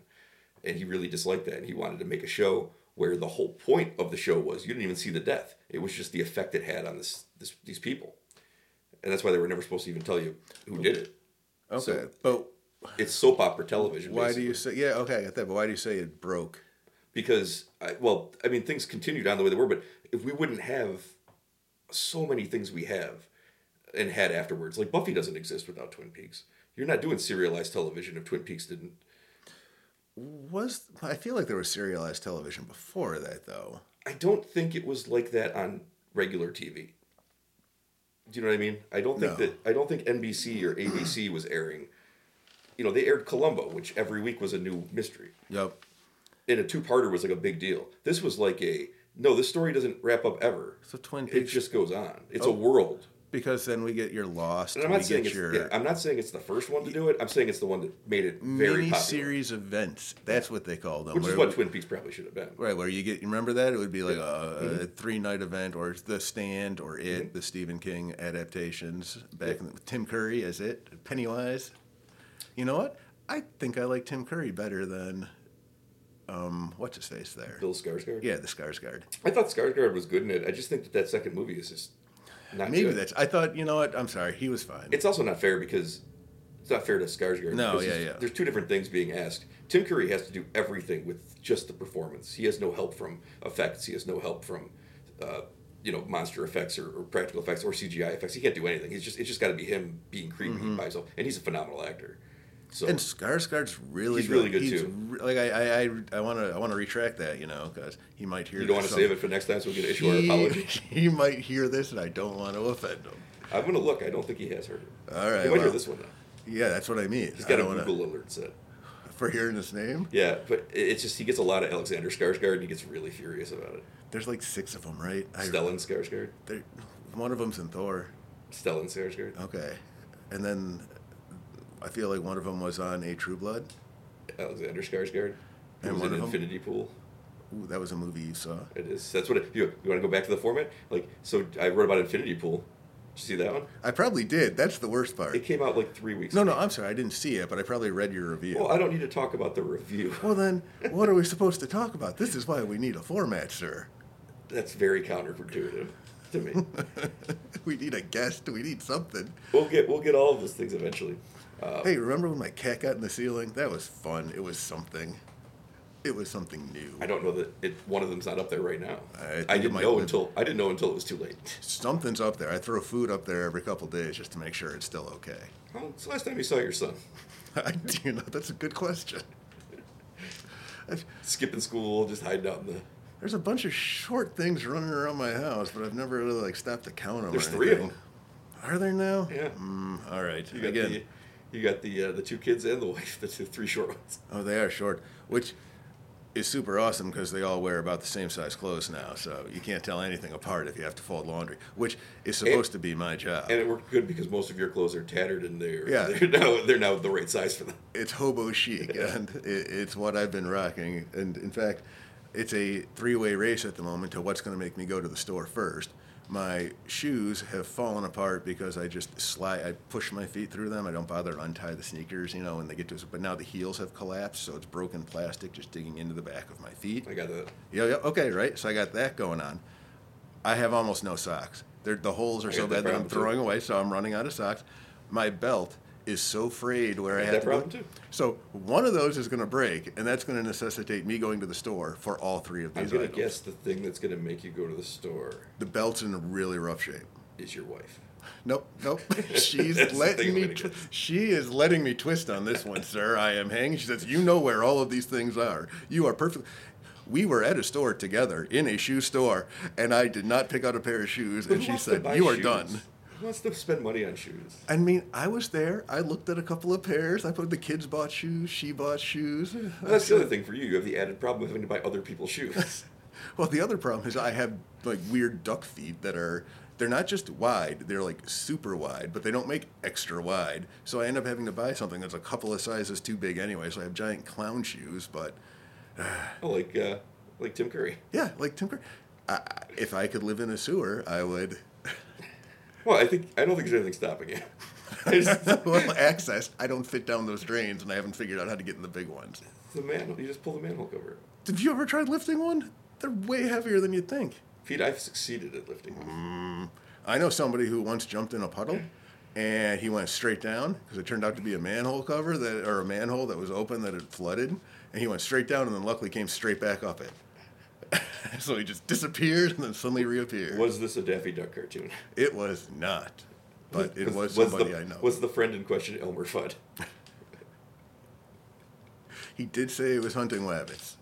A: And he really disliked that, and he wanted to make a show where the whole point of the show was you didn't even see the death; it was just the effect it had on this, this these people, and that's why they were never supposed to even tell you who did it.
B: okay,
A: so-
B: but
A: It's soap opera television.
B: why do
A: basically.
B: you say? Yeah, okay, I got that. But why do you say it broke?
A: because I, well i mean things continued on the way they were but if we wouldn't have so many things we have and had afterwards like buffy doesn't exist without twin peaks you're not doing serialized television if twin peaks didn't
B: Was I feel like there was serialized television before that though?
A: i don't think it was like that on regular tv do you know what i mean i don't think
B: No.
A: that i don't think nbc or abc was airing you know they aired columbo which every week was a new mystery
B: Yep.
A: and a two-parter was like a big deal this was like a no this story doesn't wrap up ever
B: So Twin
A: it
B: Peaks,
A: just goes on it's a world
B: because then we get your Lost.
A: And I'm
B: we
A: not saying
B: get
A: it's,
B: your
A: yeah, I'm not saying it's the first one to do it. I'm saying it's the one that made it very
B: mini
A: popular,
B: series events. That's what they call them.
A: which is
B: where-
A: what Twin Peaks probably should have been.
B: Right, where you get, you remember that? It would be like a,
A: Mm-hmm.
B: a three night event or The Stand or It, the Stephen King adaptations back in the, with Tim Curry as It, Pennywise. You know what? I think I like Tim Curry better than, um, what's his face there?
A: Bill Skarsgård.
B: Yeah, the Skarsgård.
A: I thought Skarsgård was good in it. I just think that that second movie is just not
B: Maybe
A: good.
B: that's, I thought, you know what? I'm sorry, he was fine.
A: It's also not fair because it's not fair to Skarsgård.
B: No,
A: because
B: yeah,
A: he's-
B: yeah.
A: There's two different things being asked. Tim Curry has to do everything with just the performance. He has no help from effects. He has no help from, uh, you know, monster effects or, or practical effects or CGI effects. He can't do anything. He's just it's just got to be him being creepy by himself, and he's a phenomenal actor. So
B: Mm-hmm. And Skarsgård's really
A: He's
B: good.
A: really good, too.
B: re- like I, I, I, I want to, I want to retract that, you know, because he might hear.
A: you don't want
B: this
A: to save
B: some-
A: it for next time, so we can issue our apology.
B: He, he might hear this, and I don't want to offend him.
A: I'm gonna look. I don't think he has heard it.
B: All right,
A: He might hear
B: well.
A: this one though.
B: Yeah, that's what I mean.
A: He's
B: I
A: got a
B: don't wanna-
A: Google alert set.
B: for hearing his name.
A: Yeah, but it- it's just he gets a lot of Alexander Skarsgård, and he gets really furious about it.
B: There's like six of them, right? I,
A: Stellan Skarsgård.
B: there- one of them's in Thor.
A: Stellan Skarsgård.
B: Okay, and then I feel like one of them was on A True Blood.
A: Alexander Skarsgård. Who
B: And
A: was
B: one
A: in
B: of 'em?
A: Infinity Pool.
B: Ooh, that was a movie you saw.
A: It is. That's what it, you, you want to go back to the format. Like, so I wrote about Infinity Pool. Did you see that one?
B: I probably did. That's the worst part.
A: It came out like three weeks.
B: No,
A: ago.
B: no, I'm sorry. I didn't see it, but I probably read your review.
A: Well, I don't need to talk about the review.
B: Well, then, what are we supposed to talk about? This is why we need a format, sir.
A: That's very counterintuitive to me.
B: We need a guest. We need something.
A: we'll get we'll get all of those things eventually. Uh,
B: Hey, remember when my cat got in the ceiling? That was fun. It was something. It was something new.
A: I don't know that it, one of them's not up there right now.
B: I think
A: I
B: it
A: didn't
B: might
A: know
B: be.
A: until I didn't know until it was too late.
B: Something's up there. I throw food up there every couple days just to make sure it's still okay.
A: Well, it's the last time you saw your son.
B: I, you know, that's a good question. I've-
A: Skipping school, just hiding out in the.
B: There's a bunch of short things running around my house, but I've never really like stopped to count them.
A: There's three of
B: Are there now?
A: Yeah.
B: Mm, all right.
A: You got
B: Again,
A: the you got the uh, the two kids and the wife. The two, three short ones.
B: Oh, they are short, which is super awesome because they all wear about the same size clothes now, so you can't tell anything apart if you have to fold laundry, which is supposed to be my job.
A: And it worked good because most of your clothes are tattered and they're
B: Yeah.
A: they're now they're now the right size for them.
B: It's hobo chic, and i it's what I've been rocking. And in fact, it's a three-way race at the moment to what's going to make me go to the store first. My shoes have fallen apart because I just slide. I push my feet through them. I don't bother to untie the sneakers, you know, when they get to. But now the heels have collapsed, so it's broken plastic just digging into the back of my feet.
A: I got that.
B: Yeah, yeah, okay, right. So I got that going on. I have almost no socks. They're, the holes are
A: I
B: so
A: got that
B: bad that I'm
A: problem, too.
B: throwing away, so I'm running out of socks. My belt is so frayed where I,
A: got
B: have
A: that
B: to
A: problem,
B: go.
A: too.
B: So one of those is going to break, and that's going to necessitate me going to the store for all three of
A: I'm
B: these
A: gonna
B: items.
A: guess the thing that's gonna make you go to the store
B: The belt's in a really rough shape.
A: is your wife.
B: Nope, nope.
A: That's
B: She's
A: the thing
B: letting
A: I'm
B: me.
A: gonna
B: twi-
A: guess.
B: she is letting me twist on this one, sir. I am hanging. She says, "You know where all of these things are. You are perfect." We were at a store together in a shoe store, and I did not pick out a pair of shoes, and
A: Who
B: she
A: wants to
B: said,
A: buy
B: "You are
A: shoes?
B: done."
A: Who wants to spend money on shoes?
B: I mean, I was there. I looked at a couple of pairs. I put the kids bought shoes. She bought shoes.
A: Well, that's the other thing for you. You have the added problem of having to buy other people's shoes.
B: Well, the other problem is I have like weird duck feet that are they're not just wide, they're like super wide, but they don't make extra wide. So I end up having to buy something that's a couple of sizes too big anyway. So I have giant clown shoes, but
A: Oh, like uh, like Tim Curry.
B: yeah, like Tim Curry. I, I- if I could live in a sewer, I would.
A: Well, I think I don't think there's anything stopping you. I just-
B: well, access. I don't fit down those drains, and I haven't figured out how to get in the big ones.
A: the manhole. You just pull the manhole cover.
B: Did you ever try lifting one? They're way heavier than you'd think.
A: Pete, I've succeeded at lifting.
B: Mm-hmm.
A: one.
B: I know somebody who once jumped in a puddle and he went straight down because it turned out to be a manhole cover that or a manhole that was open that had flooded and he went straight down and then luckily came straight back up it. so he just disappeared and then suddenly reappeared.
A: Was this a Daffy Duck cartoon?
B: It was not, but it was, somebody
A: the,
B: I know.
A: Was the friend in question Elmer Fudd?
B: he did say he was hunting rabbits.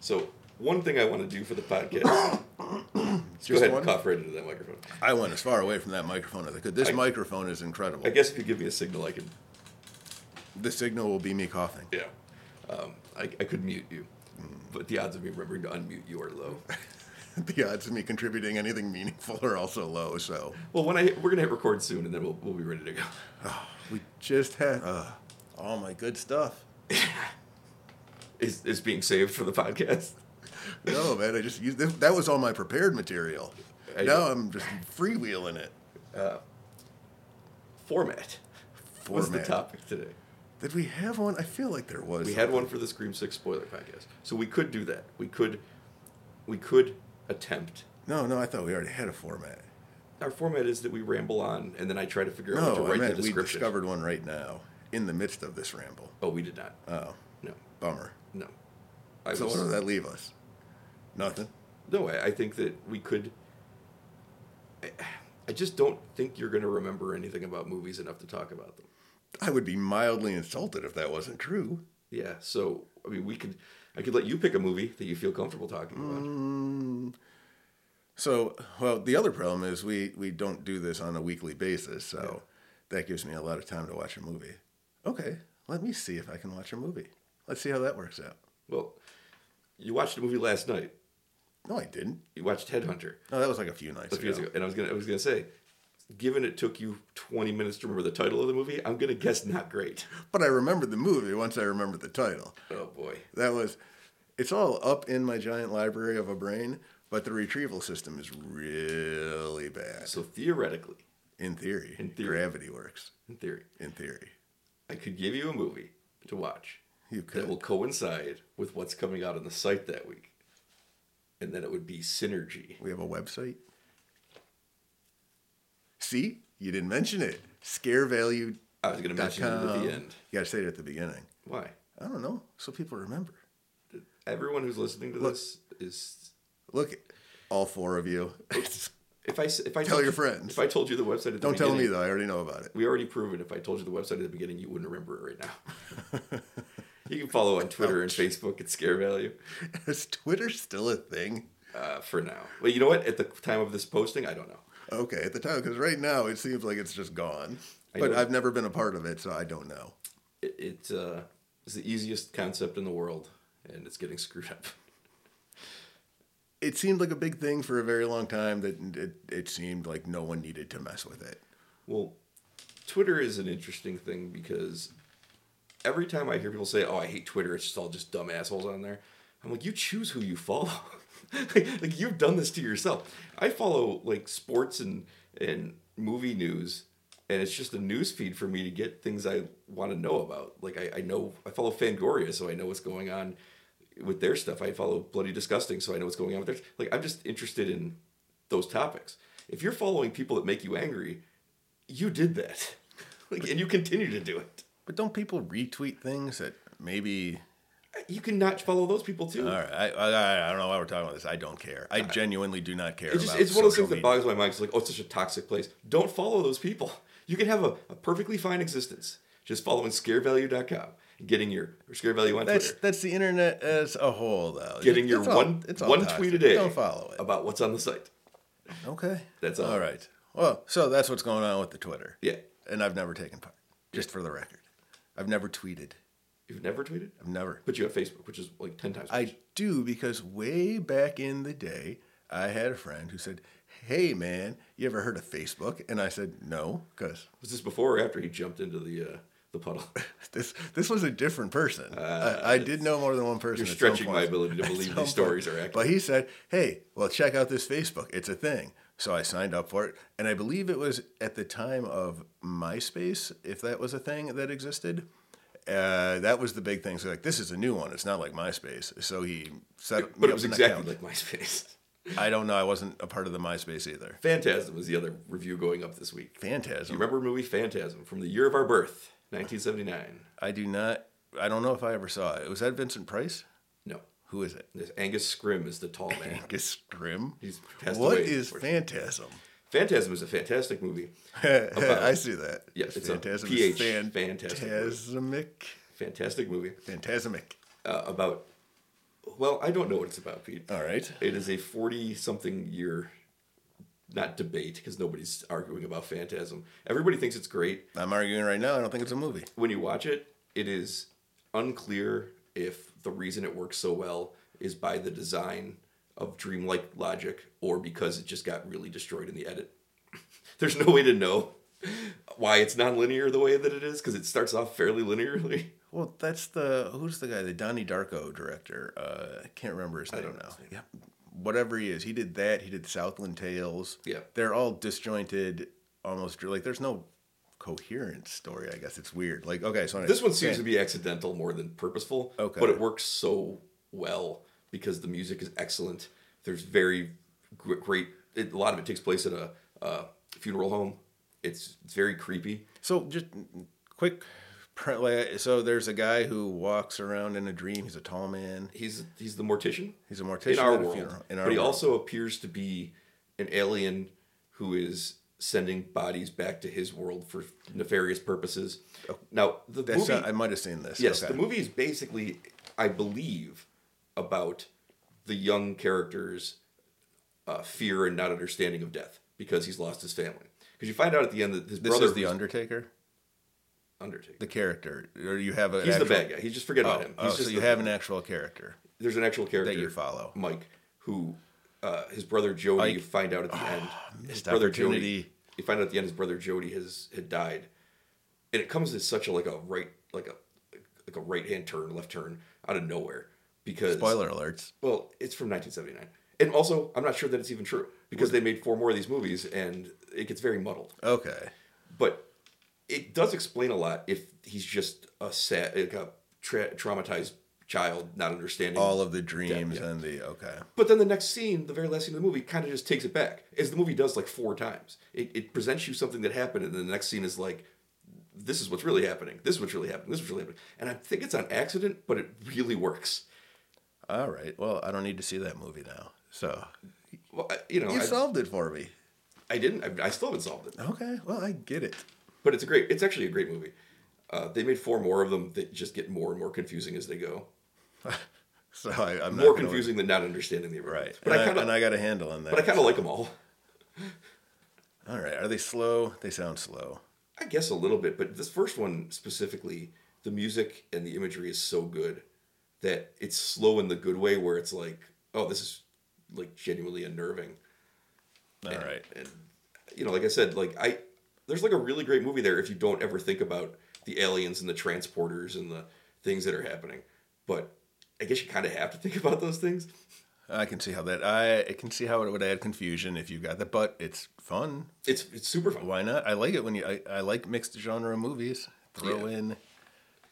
A: So one thing I want to do for the podcast. go
B: Just
A: ahead
B: one?
A: and cough right into that microphone.
B: I went as far away from that microphone as I could. This
A: I-
B: microphone is incredible.
A: I guess if you give me a signal, I can.
B: the signal will be me coughing.
A: Yeah. Um, I, I could mute you,
B: Mm.
A: but the odds of me remembering to unmute you are low.
B: the odds of me contributing anything meaningful are also low, so
A: Well, when I hit, we're gonna hit record soon, and then we'll, we'll be ready to go.
B: We just had uh, all my good stuff.
A: Is is being saved for the podcast?
B: No, man, I just used this, that was all my prepared material.
A: I
B: now
A: know.
B: I'm just freewheeling it.
A: Format. What's the
B: Format.
A: topic today?
B: Did we have one? I feel like there was.
A: We had one for the Scream Six spoiler podcast, so we could do that. We could, we could attempt.
B: No, no, I thought we already had a format.
A: Our format is that we ramble on, and then I try to figure out what to
B: No, I
A: write
B: meant
A: the
B: we
A: description.
B: discovered one right now in the midst of this ramble.
A: oh, we did not.
B: Oh,
A: no,
B: bummer.
A: no. I
B: So
A: was,
B: what does that leave us? Nothing.
A: no, I, I think that we could. I, I just don't think you're going to remember anything about movies enough to talk about them.
B: I would be mildly insulted if that wasn't true.
A: Yeah. So I mean, we could. I could let you pick a movie that you feel comfortable talking about.
B: So, well, the other problem is we we don't do this on a weekly basis, so that gives me a lot of time to watch a movie. Okay, let me see if I can watch a movie. Let's see how that works out.
A: Well, you watched a movie last night.
B: No, I didn't.
A: You watched Headhunter
B: No, that was like a few nights
A: a few years
B: ago.
A: ago, and I was gonna I was gonna say, given it took you 20 minutes to remember the title of the movie, I'm gonna guess not great.
B: But I remembered the movie once I remembered the title.
A: Oh boy.
B: That was, it's all up in my giant library of a brain, but the retrieval system is really bad.
A: So theoretically,
B: In theory,
A: In theory.
B: gravity works.
A: in theory,
B: In theory,
A: I could give you a movie to watch
B: you
A: that
B: could.
A: will coincide with what's coming out on the site that week, and then it would be synergy.
B: We have a website. See, you didn't mention it. Scarevalue.
A: I was gonna mention it at the end.
B: You gotta say it at the beginning.
A: Why?
B: I don't know, so people remember.
A: Everyone who's listening to
B: Look.
A: this is
B: Look, all four of you.
A: if I s- if I
B: Tell
A: told
B: your
A: you-
B: friends.
A: if I told you the website at the
B: don't tell me
A: beginning-
B: though. I already know about it.
A: We already proven if I told you the website at the beginning, you wouldn't remember it right now. you can follow on Twitter and Facebook at Scare Value
B: Is Twitter still a thing?
A: uh, for now. Well, you know what? At the time of this posting, I don't know.
B: Okay, at the time, because right now it seems like it's just gone.
A: I
B: But
A: know.
B: I've never been a part of it, so I don't know.
A: It, it uh, is the easiest concept in the world, and it's getting screwed up.
B: It seemed like a big thing for a very long time that it, it seemed like no one needed to mess with it.
A: Well, Twitter is an interesting thing because every time I hear people say, "Oh, I hate Twitter," it's just all just dumb assholes on there. I'm like, you choose who you follow. like, like you've done this to yourself. I follow like sports and and movie news, and it's just a news feed for me to get things I want to know about. Like I, I know I follow Fangoria, so I know what's going on with their stuff. I follow Bloody Disgusting, so I know what's going on with theirs. Like I'm just interested in those topics. If you're following people that make you angry, you did that, like, and you continue to do it.
B: But don't people retweet things that maybe?
A: You can not follow those people too.
B: All right, I, I, I don't know why we're talking about this. I don't care. I genuinely do not care.
A: It's just
B: about
A: it's one of those
B: social
A: things that
B: media.
A: boggles my mind. It's like, oh, it's such a toxic place. Don't follow those people. You can have a, a perfectly fine existence just following scarevalue.com and getting your or scarevalue on
B: That's
A: Twitter.
B: that's the internet as a whole, though.
A: Getting your
B: It's all-
A: one
B: it's all
A: one
B: toxic.
A: tweet a day
B: Don't follow it.
A: about what's on the site.
B: Okay.
A: That's all.
B: All right. Well, so that's what's going on with the Twitter.
A: Yeah.
B: And I've never taken part. Just for the record, I've never tweeted.
A: You've never tweeted?
B: I've never.
A: But you have Facebook, which is like ten times worse.
B: I do because way back in the day, I had a friend who said, "Hey, man, you ever heard of Facebook?" And I said, "No," because
A: was this before or after he jumped into the uh, the puddle?
B: this this was a different person. I, I did know more than one person.
A: Uh, You're
B: at some
A: stretching my
B: point.
A: ability to
B: At
A: believe these
B: some point.
A: stories are accurate.
B: But he said, "Hey, well, check out this Facebook. It's a thing." So I signed up for it, and I believe it was at the time of MySpace, if that was a thing that existed. Uh, that was the big thing. So like, this is a new one. It's not like MySpace. So he set me
A: but
B: up
A: it was
B: an
A: exactly
B: account.
A: like MySpace.
B: I don't know. I wasn't a part of the MySpace either.
A: Phantasm was the other review going up this week. Do
B: Phantasm.
A: you remember the movie Phantasm from the year of our birth, 1979?
B: I do not. I don't know if I ever saw it. Was that Vincent Price?
A: No.
B: Who is it?
A: There's Angus Scrimm is the tall man.
B: Angus Grimm.
A: He's passed
B: What
A: away,
B: is
A: unfortunately.
B: phantasm?
A: Phantasm is a fantastic movie.
B: I see that.
A: Yeah, it's a
B: phantasm.
A: PH,
B: is fan-
A: fantastic
B: Phantasmic.
A: Fantastic movie
B: Phantasmic.
A: uh, about. Well, I don't know what it's about, Pete.
B: All right.
A: It is a 40 something year, not debate, because nobody's arguing about Phantasm. Everybody thinks it's great.
B: I'm arguing right now. I don't think it's a movie.
A: When you watch it, it is unclear if the reason it works so well is by the design of dreamlike logic or because it just got really destroyed in the edit. There's no way to know why it's non-linear the way that it is because it starts off fairly linearly.
B: Well, that's the who's the guy? The Donnie Darko director. Uh, I can't remember his name now. Yeah. Whatever he is, he did that. He did Southland Tales.
A: Yeah.
B: They're all disjointed, almost dr- like there's no coherent story. I guess it's weird. Like okay, so
A: This one seems to be accidental more than purposeful,
B: Okay.
A: but it works so well because the music is excellent. There's very gr- great. It, a lot of it takes place at a uh, funeral home. It's it's very creepy.
B: So just quick, pre- like, so there's a guy who walks around in a dream. He's a tall man.
A: He's he's the mortician.
B: He's a mortician
A: in our
B: at a
A: world,
B: funeral. In our
A: but he
B: world.
A: also appears to be an alien who is sending bodies back to his world for nefarious purposes. Now, the
B: Oh, That's
A: movie,
B: not- I might have seen this.
A: yes,
B: Okay.
A: the movie is basically, I believe, about the young character's uh, fear and not understanding of death because he's lost his family. Because you find out at the end that his
B: This
A: brother
B: is the
A: was
B: Undertaker,
A: Undertaker.
B: the character, or you have a.
A: He's the bad guy. He's just forget about him. He's
B: oh,
A: just
B: so you
A: the-
B: have an actual character.
A: there's an actual character
B: that you follow.
A: Mike, who uh, his brother Jody. you find out at the end, his
B: Ah, missed
A: brother Jody.
B: opportunity.
A: You find out at the end his brother Jody has had died, and it comes as such a like a right like a like a right hand turn, left turn out of nowhere because
B: Spoiler alerts.
A: well, it's from 1979, and also I'm not sure that it's even true because they made four more of these movies and it gets very muddled
B: Okay.
A: but it does explain a lot if he's just a sad, like a tra- traumatized child, not understanding.
B: All of the dreams
A: yeah.
B: and the okay.
A: but then the next scene, the very last scene of the movie, kind of just takes it back, as the movie does like four times. It, it presents you something that happened, and then the next scene is like, "This is what's really happening. This is what's really happening. This is what's really happening." And I think it's on accident, but it really works.
B: All right. Well, I don't need to see that movie now. So
A: Well, I, you know,
B: you
A: I,
B: solved it for me.
A: I didn't. I, I still haven't solved it,
B: Okay. Well, I get it.
A: but it's a great. It's actually a great movie. Uh, they made four more of them that just get more and more confusing as they go.
B: So I, I'm not
A: more
B: gonna-
A: confusing than not understanding the original.
B: Right.
A: But
B: and,
A: I
B: I
A: kind
B: and
A: of,
B: I got a handle on that.
A: but I kind of like them all.
B: All right. Are they slow? They sound slow.
A: I guess a little bit, but this first one specifically, the music and the imagery is so good that it's slow in the good way, where it's like, oh, this is like genuinely unnerving.
B: All right.
A: And you know, like I said, like I, there's like a really great movie there if you don't ever think about the aliens and the transporters and the things that are happening. But I guess you kind of have to think about those things.
B: I can see how that I, I can see how it would add confusion if you got that, but it's fun.
A: It's it's super fun.
B: Why not? I like it when you I, I like mixed genre movies. Throw
A: Yeah.
B: in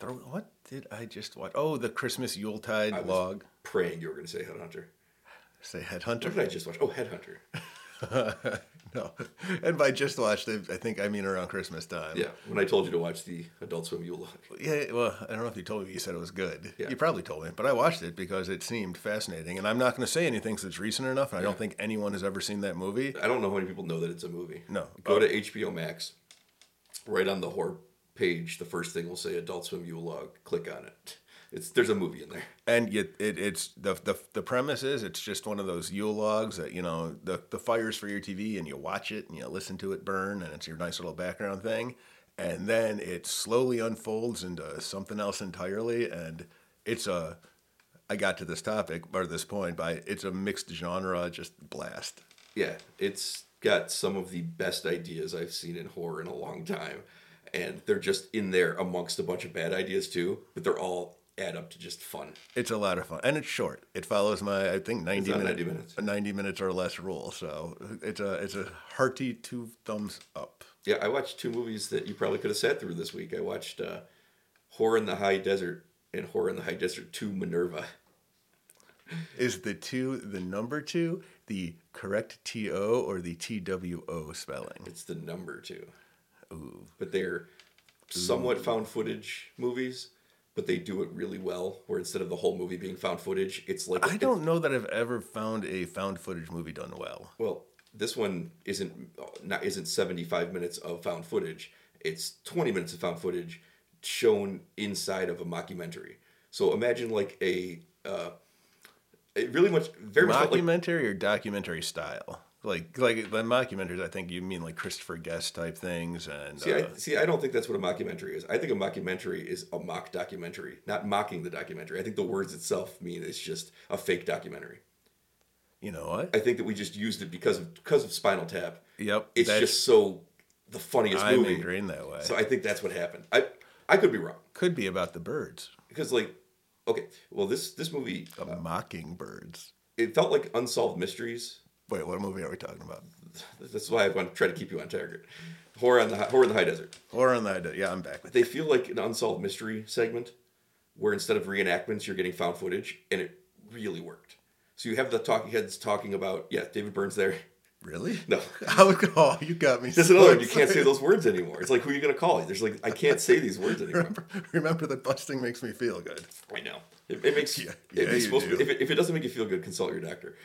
B: throw what did I just watch? Oh, the Christmas Yuletide
A: was-
B: log.
A: Praying you were going to say Headhunter.
B: Say
A: What did I
B: Headhunter.
A: just watch? Oh, Headhunter.
B: No. And by just watched I I think I mean around Christmas time.
A: Yeah, when I told you to watch the Adult Swim Yule Log.
B: Yeah, well, I don't know if you told me. You said it was good.
A: Yeah.
B: You probably told me, but I watched it because it seemed fascinating. And I'm not going to say anything because it's recent enough, and I don't think anyone has ever seen that movie.
A: I don't know how many people know that it's a movie.
B: No.
A: Go to HBO Max, right on the horror page, the first thing will say Adult Swim Yule Log. Click on it. It's There's a movie in there.
B: And yet, it, it's the, the the premise is it's just one of those Yule logs that you know the the fires for your TV, and you watch it and you listen to it burn, and it's your nice little background thing. And then it slowly unfolds into something else entirely, and it's a. I got to this topic or this point by it's a mixed genre just blast.
A: Yeah, it's got some of the best ideas I've seen in horror in a long time. And they're just in there amongst a bunch of bad ideas too, but they're all add up to just fun.
B: It's a lot of fun, and it's short. It follows my I think ninety
A: not
B: minutes,
A: 90 minutes.
B: ninety minutes or less rule. So it's a it's a hearty two thumbs up.
A: Yeah, I watched two movies that you probably could have sat through this week. I watched uh, Horror in the High Desert and Horror in the High Desert 2 Minerva.
B: Is the two the number two the correct T O or the T W O spelling?
A: It's the number two. But they're somewhat found footage movies, but they do it really well, where instead of the whole movie being found footage, it's like.
B: I don't know that I've ever found a found footage movie done well.
A: Well, this one isn't not isn't 75 minutes of found footage. It's 20 minutes of found footage shown inside of a mockumentary. So imagine like a uh, it really much very much felt like
B: Mockumentary or documentary style? Like like the mockumentaries, I think you mean like Christopher Guest type things and
A: See,
B: uh,
A: I, see, I don't think that's what a mockumentary is. I think a mockumentary is a mock documentary, not mocking the documentary. I think the words itself mean it's just a fake documentary.
B: you know what?
A: I think that we just used it because of because of Spinal Tap.
B: Yep,
A: it's
B: that's-
A: just so the funniest
B: I'm
A: movie.
B: ingrained that way.
A: So I think that's what happened. I I could be wrong
B: Could be about the birds,
A: because like okay, well this this movie
B: the mockingbirds.
A: it felt like unsolved mysteries.
B: Wait, what movie are we talking about?
A: That's why I want to try to keep you on target. Horror on the Hi- Horror in the High Desert.
B: Horror on the High Desert. Yeah, I'm back with
A: they feel like an unsolved mystery segment where instead of reenactments you're getting found footage and it really worked so you have the talking heads talking about yeah david burns there
B: you. Really?
A: no
B: I would oh, you got me.
A: that's
B: so
A: another one you
B: excited.
A: can't say those words anymore it's like who are you going to call there's like i can't say these words anymore
B: Remember that busting makes me feel good.
A: i know it, it makes
B: Yeah,
A: if,
B: yeah,
A: it's
B: you
A: supposed to-
B: do.
A: if, it, if it doesn't make you feel good consult your doctor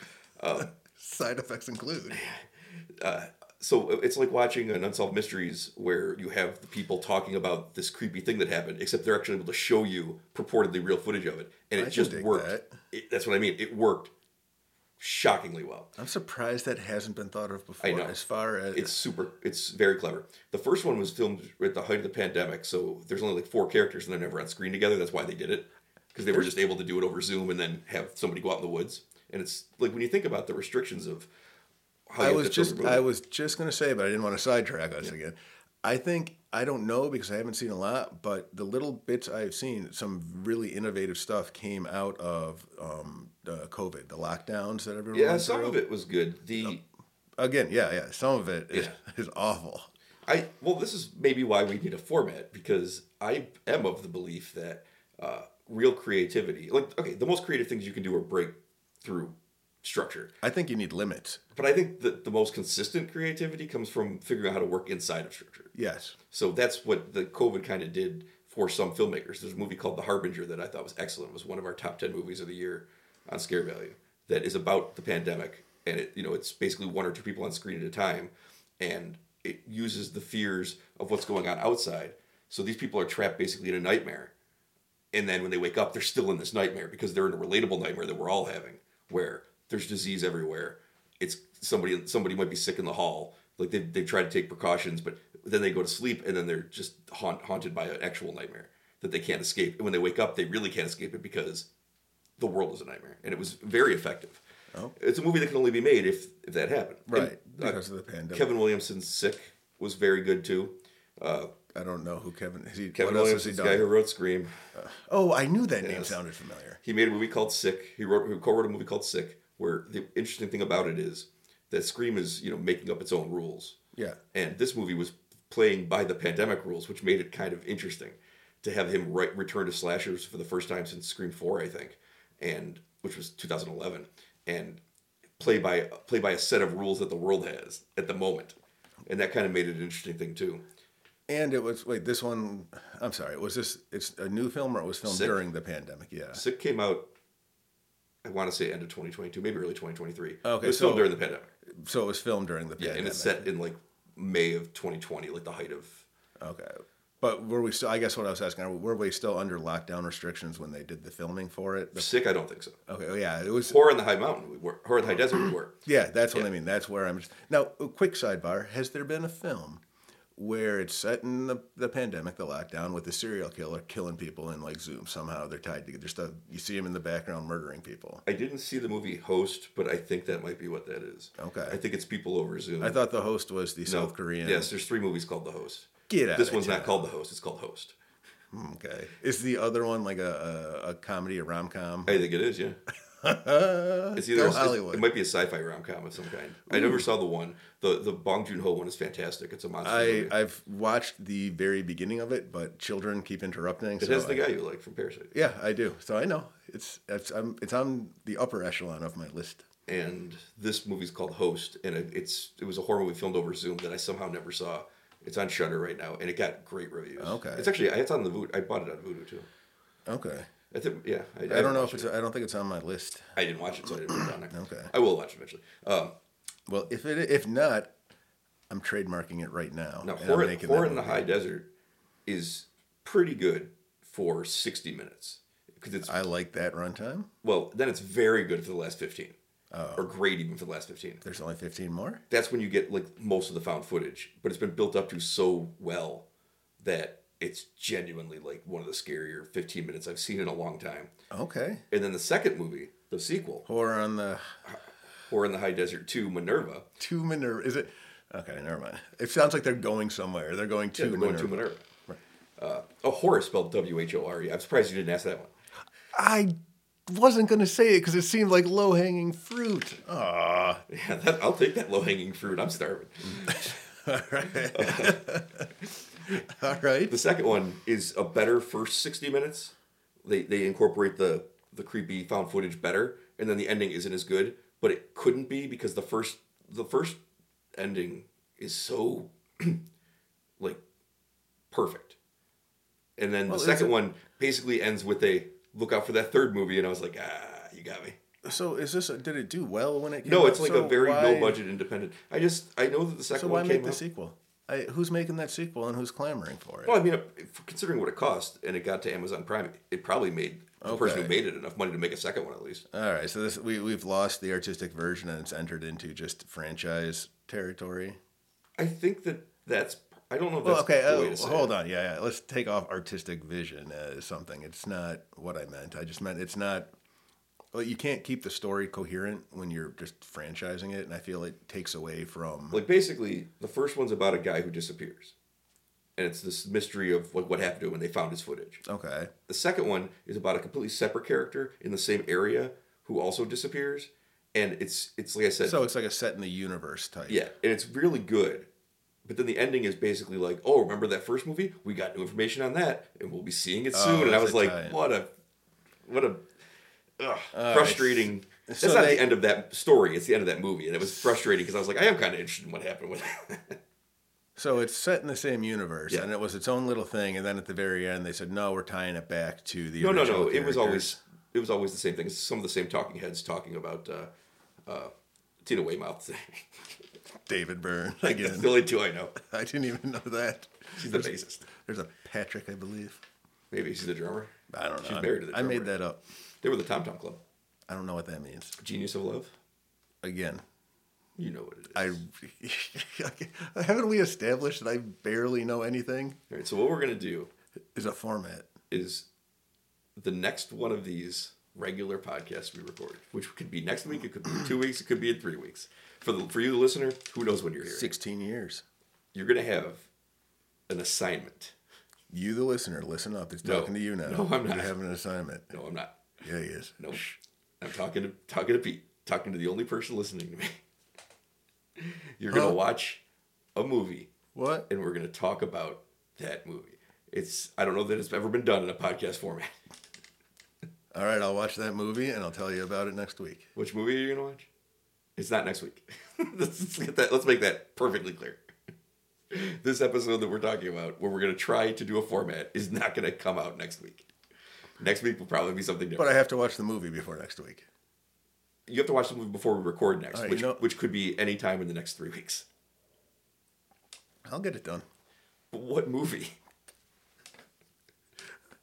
B: Side effects include.
A: so uh, it's like watching an unsolved mysteries where you have the people talking about this creepy thing that happened except they're actually able to show you purportedly real footage of it and
B: I
A: it
B: can
A: just
B: dig that.
A: worked It- that's what i mean it worked shockingly well
B: I'm surprised that hasn't been thought of before.
A: I know.
B: As far as
A: it's super it's very clever the first one was filmed at the height of the pandemic so there's only like four characters and they're never on screen together that's why they did it because they were just able to do it over zoom and then have somebody go out in the woods and it's like when you think about the restrictions of how
B: I
A: have
B: was
A: to film a
B: just
A: movie.
B: I was just gonna say, but I didn't want to sidetrack us again. I think I don't know because I haven't seen a lot, but the little bits I've seen, some really innovative stuff came out of um, the COVID, the lockdowns that everyone.
A: yeah
B: went
A: some
B: through.
A: of it was good the
B: Again, yeah, yeah. Some of it is,
A: Yeah.
B: is awful.
A: I well, this is maybe why we need a format because I am of the belief that uh, real creativity, like okay, the most creative things you can do are break through structure,
B: I think you need limits.
A: but I think that the most consistent creativity comes from figuring out how to work inside of structure.
B: Yes.
A: So that's what the COVID kind of did for some filmmakers. There's a movie called The Harbinger that I thought was excellent. It was one of our top 10 movies of the year on Scare Value that is about the pandemic. And it, you know, it's basically one or two people on screen at a time. And it uses the fears of what's going on outside. So these people are trapped basically in a nightmare. And then when they wake up, they're still in this nightmare because they're in a relatable nightmare that we're all having, where there's disease everywhere. It's somebody somebody might be sick in the hall. Like they they try to take precautions, but then they go to sleep and then they're just haunt, haunted by an actual nightmare that they can't escape. And when they wake up, they really can't escape it because the world is a nightmare. And it was very effective.
B: Oh.
A: It's a movie that can only be made if if that happened. And,
B: Right.
A: uh,
B: because of the pandemic.
A: Kevin Williamson's Sick was very good too. Uh,
B: I don't know who Kevin is. He,
A: Kevin
B: what else has he
A: Williamson's the guy who
B: done?
A: wrote Scream.
B: Oh, I knew that name
A: Yes.
B: sounded familiar.
A: He made a movie called Sick. He wrote, he co-wrote a movie called Sick, where the interesting thing about it is that Scream is, you know, making up its own rules,
B: Yeah.
A: and this movie was playing by the pandemic rules, which made it kind of interesting to have him right return to slashers for the first time since Scream Four, I think, and which was 2011, and play by play by a set of rules that the world has at the moment, and that kind of made it an interesting thing too.
B: And it was wait this one. I'm sorry. Was this? It's a new film or it was filmed
A: Sick.
B: during the pandemic? Yeah.
A: Sick came out. I want to say end of 2022, maybe early 2023.
B: Okay,
A: it was
B: so-
A: filmed during the pandemic.
B: So it was filmed during the
A: Yeah,
B: pandemic.
A: and it's set in like May of 2020, like the height of.
B: Okay. But were we still, I guess what I was asking, were we still under lockdown restrictions when they did the filming for it? The-
A: Sick, I don't think so.
B: okay. oh, Yeah. It was,
A: Horror in the High Mountain, we were. Horror in the High Desert, we were.
B: yeah, that's what I mean. That's where I'm just, now, a quick sidebar. Has there been a film where it's set in the, the pandemic, the lockdown with the serial killer killing people in like Zoom somehow they're tied together. Just a, you see him in the background murdering people.
A: I didn't see the movie Host, but I think that might be what that is.
B: Okay.
A: I think it's people over Zoom.
B: I thought the host was the
A: No.
B: South Korean.
A: Yes, there's three movies called The Host.
B: Get out
A: This
B: of
A: one's
B: town.
A: not called The Host. It's called Host.
B: Okay. Is the other one like a, a, a comedy, a rom com?
A: I think it is. Yeah. It's either
B: Go
A: it's-
B: Hollywood.
A: It might be a sci-fi rom-com of some kind. I never saw the one. the The Bong Joon Ho one is fantastic. It's a monster.
B: I,
A: movie.
B: I've watched the very beginning of it, but children keep interrupting.
A: it
B: so
A: has the
B: I-
A: guy you like from Parasite.
B: Yeah, I do. So I know it's it's, i it's on the upper echelon of my list.
A: and this movie's called Host, and it- it's it was a horror movie filmed over Zoom that I somehow never saw. It's on Shutter right now, and it got great reviews.
B: Okay.
A: it's actually it's on the Voodoo. I bought it on Voodoo too.
B: Okay,
A: I think yeah. I,
B: I don't know if it's I don't think it's on my list.
A: I didn't watch it, so I didn't put it on there.
B: Okay.
A: I will watch it eventually. Um,
B: Well, if it if not, I'm trademarking it right now.
A: now,
B: and I'm
A: Horror,
B: making
A: horror
B: that
A: in the
B: movie.
A: High Desert is pretty good for sixty minutes because it's
B: I like that runtime.
A: well then it's very good for the last fifteen
B: Oh.
A: or great even for the last fifteen.
B: There's only 15 more.
A: that's when you get like most of the found footage but it's been built up to so well that it's genuinely like one of the scarier 15 minutes i've seen in a long time
B: Okay,
A: and then the second movie the sequel
B: horror on the
A: or in the high desert 2 minerva
B: two Minerva. Is it? Okay, never mind. It sounds like they're going somewhere. They're going to
A: yeah, they're going
B: Minerva.
A: to minerva uh, oh horror spelled w-h-o-r-e E. i'm surprised you didn't ask that one
B: I wasn't going to say it because it seemed like low hanging fruit. Ah,
A: yeah that, i'll take that low-hanging fruit i'm starving
B: all right.
A: The second one is a better first sixty minutes. They they incorporate the the creepy found footage better, and then the ending isn't as good, but it couldn't be because the first the first ending is so like perfect, and then
B: Well,
A: the
B: it's
A: second
B: a-
A: one basically ends with a look out for that third movie, and I was like, ah, you got me.
B: So is this? Did it do well when it came
A: No,
B: out?
A: it's like
B: So
A: a very
B: why-
A: low budget independent. I just I know that the second
B: So why
A: one
B: make
A: came
B: the
A: out.
B: sequel? I, who's making that sequel and who's clamoring for it?
A: Well, I mean, if- considering what it cost, and it got to Amazon Prime, it probably made the person who
B: Okay.
A: made it enough money to make a second one at least.
B: All right, so this we we've lost the artistic version and it's entered into just franchise territory.
A: I think that that's. I don't know. If that's
B: Well, okay,
A: the way to
B: oh,
A: say
B: hold
A: it.
B: on, yeah, yeah. Let's take off artistic vision uh, as something. It's not what I meant. I just meant it's not. Well, you can't keep the story coherent when you're just franchising it, and I feel it takes away from.
A: Like basically, the first one's about a guy who disappears, and it's this mystery of like what happened to him when they found his footage.
B: Okay,
A: The second one is about a completely separate character in the same area who also disappears, and it's it's like I said,
B: so it's like a set in the universe type.
A: yeah, and it's really good. But then the ending is basically like, oh, remember that first movie? We got new information on that, and we'll be seeing it soon. and I
B: Oh, that's
A: was
B: a
A: like,
B: tie-in.
A: what a, what a, ugh, frustrating. That's
B: so
A: not
B: they-
A: the end of that story. It's the end of that movie, and it was frustrating because I was like, I am kind of interested in what happened with that.
B: So it's set in the same universe,
A: Yeah.
B: and it was its own little thing. And then at the very end, they said, "No, we're tying it back to the."
A: no, no, no. It
B: original
A: was
B: characters."
A: always it was always the same thing. It's some of the same talking heads talking about uh, uh, Tina Weymouth.
B: David Byrne
A: That's
B: again.
A: the only two I know.
B: I didn't even know that.
A: She's the bassist.
B: There's a Patrick, I believe.
A: Maybe she's the drummer.
B: I don't know.
A: She's married to the
B: I made
A: drummer.
B: that up.
A: They were the Tom Tom Club.
B: I don't know what that means.
A: Genius of Love.
B: Again,
A: You know what it is.
B: I haven't we established that I barely know anything?
A: All right, so what we're gonna do
B: Is a format.
A: is the next one of these regular podcasts we record, which could be next week, it could be in two weeks, it could be in three weeks. For the for you, the listener, who knows when you're here?
B: Sixteen years.
A: You're gonna have an assignment.
B: You, the listener, listen up. It's
A: No.
B: talking to you now.
A: No, I'm not.
B: You have an assignment.
A: No, I'm not.
B: Yeah, he is.
A: No, I'm talking to talking to Pete, talking to the only person listening to me. You're gonna
B: Huh?
A: watch a movie,
B: What?
A: and we're gonna talk about that movie. It's I don't know that it's ever been done in a podcast format.
B: All right, I'll watch that movie and I'll tell you about it next week.
A: Which movie are you gonna watch? It's not next week. let's, let's get that. Let's make that perfectly clear. This episode that we're talking about, where we're gonna try to do a format, is not gonna come out next week. Next week will probably be something
B: But
A: different.
B: I have to watch the movie before next week.
A: you have to watch the movie before we record next,
B: All right,
A: which
B: you know-
A: which could be any time in the next three weeks.
B: I'll get it done.
A: But what movie?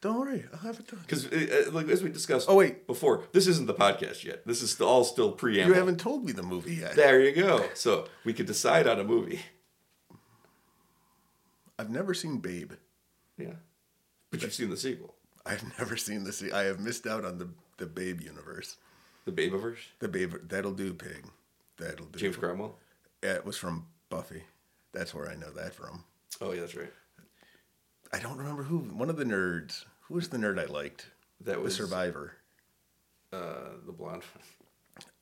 B: Don't worry, I'll have it done.
A: Because uh, like as we discussed.
B: Oh, wait.
A: Before this isn't the podcast yet. This is all still preamble.
B: You haven't told me the movie yet.
A: There you go. So we could decide on a movie.
B: I've never seen Babe.
A: Yeah. But you've seen the sequel,
B: I've never seen this. I have missed out on the, the Babe universe.
A: the Babyverse,
B: The Babe, that'll do, pig. That'll do.
A: James Cromwell.
B: Yeah, it was from Buffy. That's where I know that from.
A: Oh yeah, that's right.
B: I don't remember who. One of the nerds. Who was the nerd I liked?
A: That was
B: the survivor.
A: Uh, the blonde.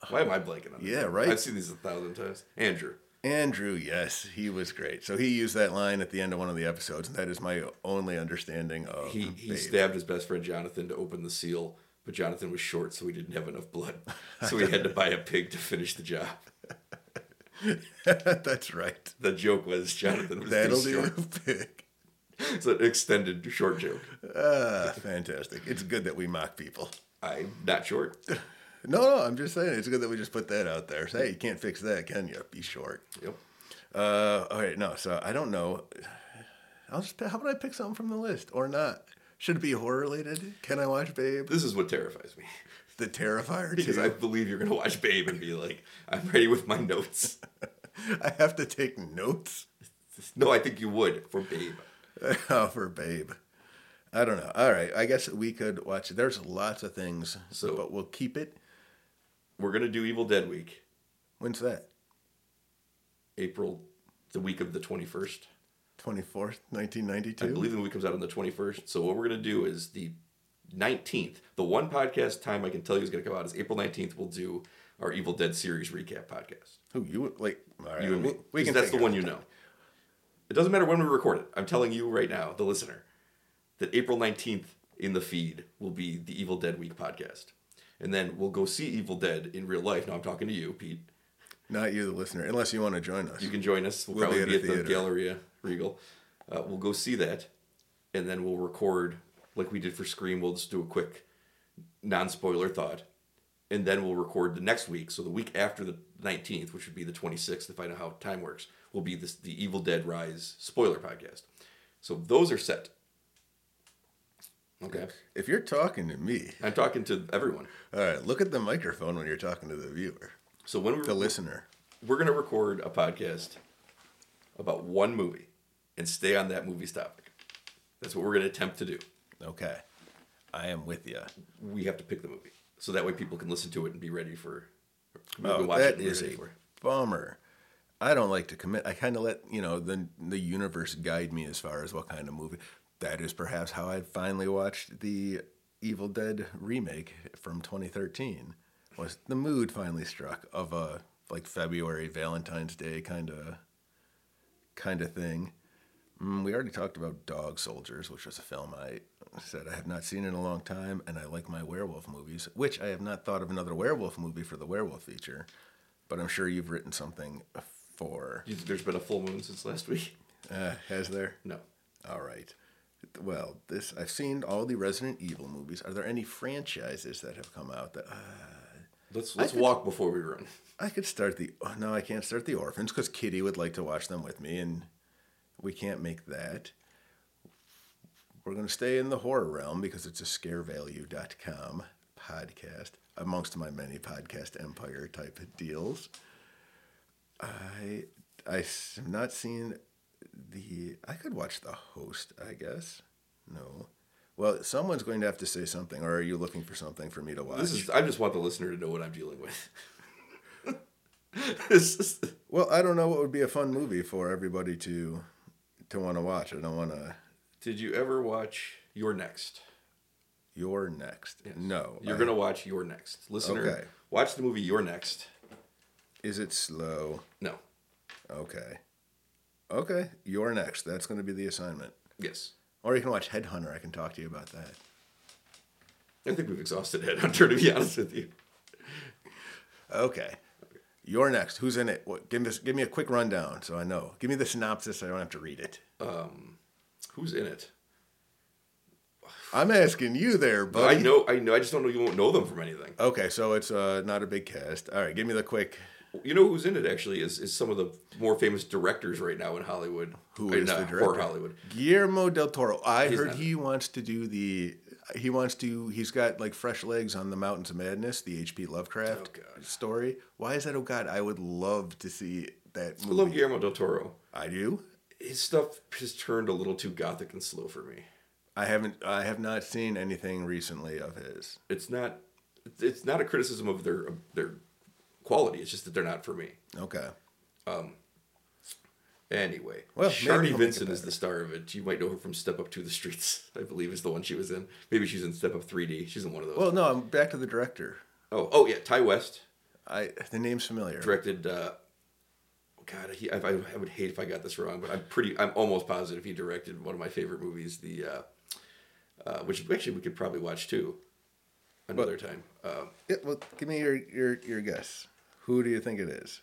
A: Why am I blanking on?
B: Yeah,
A: that?
B: right.
A: I've seen these a thousand times. Andrew.
B: Andrew, yes, he was great. So he used that line at the end of one of the episodes, and that is my only understanding of
A: He he stabbed his best friend Jonathan to open the seal, but Jonathan was short, so he didn't have enough blood, so he had to buy a pig to finish the job.
B: That's right.
A: The joke was Jonathan was
B: That'll
A: too
B: do,
A: short.
B: pig.
A: It's an extended short joke.
B: Ah, fantastic. It's good that we mock people.
A: I'm not short.
B: No, no, I'm just saying it's good that we just put that out there. Hey, you can't fix that, can you? Be short.
A: Yep.
B: Uh, all right, no. So I don't know. I'll just how about I pick something from the list or not? Should it be horror related? Can I watch Babe?
A: This is what terrifies me
B: The Terrifier
A: because I
B: too.
A: believe you're gonna watch Babe and be like, I'm ready with my notes.
B: I, have to take notes
A: No, I think you would for Babe.
B: Oh, for Babe. I don't know. All right, I guess we could watch. There's lots of things,
A: So-
B: but we'll keep it.
A: We're gonna do Evil Dead week,
B: When's that?
A: April, the week of the twenty first.
B: Twenty fourth, nineteen ninety
A: I
B: two.
A: believe the movie comes out on the 21st. So what we're going to do is the 19th. The one podcast time I can tell you is going to come out is April 19th. We'll do our Evil Dead series recap podcast.
B: Who you like? All right,
A: You and me.
B: we, we can.
A: Because that's the
B: figure
A: one
B: out
A: you know. It doesn't matter when we record it. I'm telling you right now, the listener, that April 19th in the feed will be the Evil Dead Week podcast. And then we'll go see Evil Dead in real life. Now I'm talking to you, Pete.
B: Not you, the listener, unless you want to join us.
A: You can join us. We'll,
B: We'll be
A: probably
B: at
A: be
B: a
A: at, the
B: theater.
A: Galleria Regal. Uh, we'll go see that, and then we'll record like we did for Scream. We'll just do a quick non-spoiler thought, and then we'll record the next week. So the week after the 19th, which would be the 26th, if I know how time works, will be this the Evil Dead Rise spoiler podcast. So those are set. Okay.
B: If you're talking to me,
A: I'm talking to everyone.
B: all right, look at the microphone when you're talking to the viewer,
A: So when we
B: the listener.
A: we're going to record a podcast about one movie and stay on that movie's topic. That's what we're going to attempt to do.
B: Okay. I am with you.
A: We have to pick the movie. So that way people can listen to it and be ready for
B: Oh,
A: maybe watch
B: that
A: and be
B: is
A: ready
B: a
A: for it.
B: bummer. I don't like to commit. I kind of let you know the the universe guide me as far as what kind of movie. That is perhaps how I finally watched the Evil Dead remake from 2013. Was the mood finally struck of a like February Valentine's Day kind of kind of thing. Mm, we already talked about Dog Soldiers, which was a film I said I have not seen in a long time, and I like my werewolf movies, which I have not thought of another werewolf movie for the werewolf feature, but I'm sure you've written something for.
A: You think There's been a full moon since last week?
B: Uh, has there?
A: No.
B: All right. Well, this I've seen all the Resident Evil movies. Are there any franchises that have come out that uh,
A: Let's let's
B: could-
A: walk before we run.
B: I could start the? Oh, no, I can't start the orphans because Kitty would like to watch them with me, and we can't make that. We're going to stay in the horror realm because it's a scarevalue.com podcast amongst my many podcast empire type of deals. I I s- have not seen the I could watch the host, I guess. No. Well, someone's going to have to say something or are you looking for something for me to watch?
A: This is I just want the listener to know what I'm dealing with. this is,
B: Well, I don't know what would be a fun movie for everybody to to want to watch. I don't want to.
A: did you ever watch Your Next?
B: You're next. No,
A: You're
B: I-
A: going to watch Your Next. Listener,
B: Okay.
A: watch the movie Your Next.
B: Is it slow?
A: No.
B: Okay. Okay. You're next. That's going to be the assignment.
A: Yes.
B: Or you can watch Headhunter. I can talk to you about that.
A: I think we've exhausted Headhunter, to be honest with you.
B: Okay. You're next. Who's in it? What, give me this, give me a quick rundown so I know. Give me the synopsis. I don't have to read it.
A: Who's in it?
B: I'm asking you there,
A: I
B: buddy.
A: know, I know. I just don't know. You won't know them from anything.
B: Okay, so it's uh, not a big cast. All right, give me the quick.
A: You know who's in it actually is, is some of the more famous directors right now in Hollywood.
B: Who
A: Uh,
B: is
A: not
B: the
A: For
B: director?
A: Hollywood.
B: Guillermo del Toro. I heard
A: not-
B: he wants to do the. He wants to. He's got like fresh legs on the Mountains of Madness, the H.P. Lovecraft
A: Oh, God.
B: story. Why is that? Oh God, I would love to see that
A: I
B: movie.
A: love Guillermo del Toro.
B: I do.
A: His stuff has turned a little too gothic and slow for me.
B: I haven't. I have not seen anything recently of his.
A: It's not. It's not a criticism of their of their quality. It's just that they're not for me.
B: Okay.
A: Anyway, well,
B: Well,
A: Sharni
B: maybe he'll make it
A: Vincent is the star of it. You might know her from Step Up to the Streets. I believe is the one she was in. Maybe she's in Step Up 3D. She's in one of those.
B: Well, no. I'm back to the director.
A: oh, oh yeah, Ty West.
B: I the name's familiar.
A: directed. Uh, God, he, I, I I would hate if I got this wrong, but I'm pretty. I'm almost positive he directed one of my favorite movies, the uh, uh, which actually we could probably watch too, another time. Uh,
B: Yeah, well, give me your your your guess. Who do you think it is?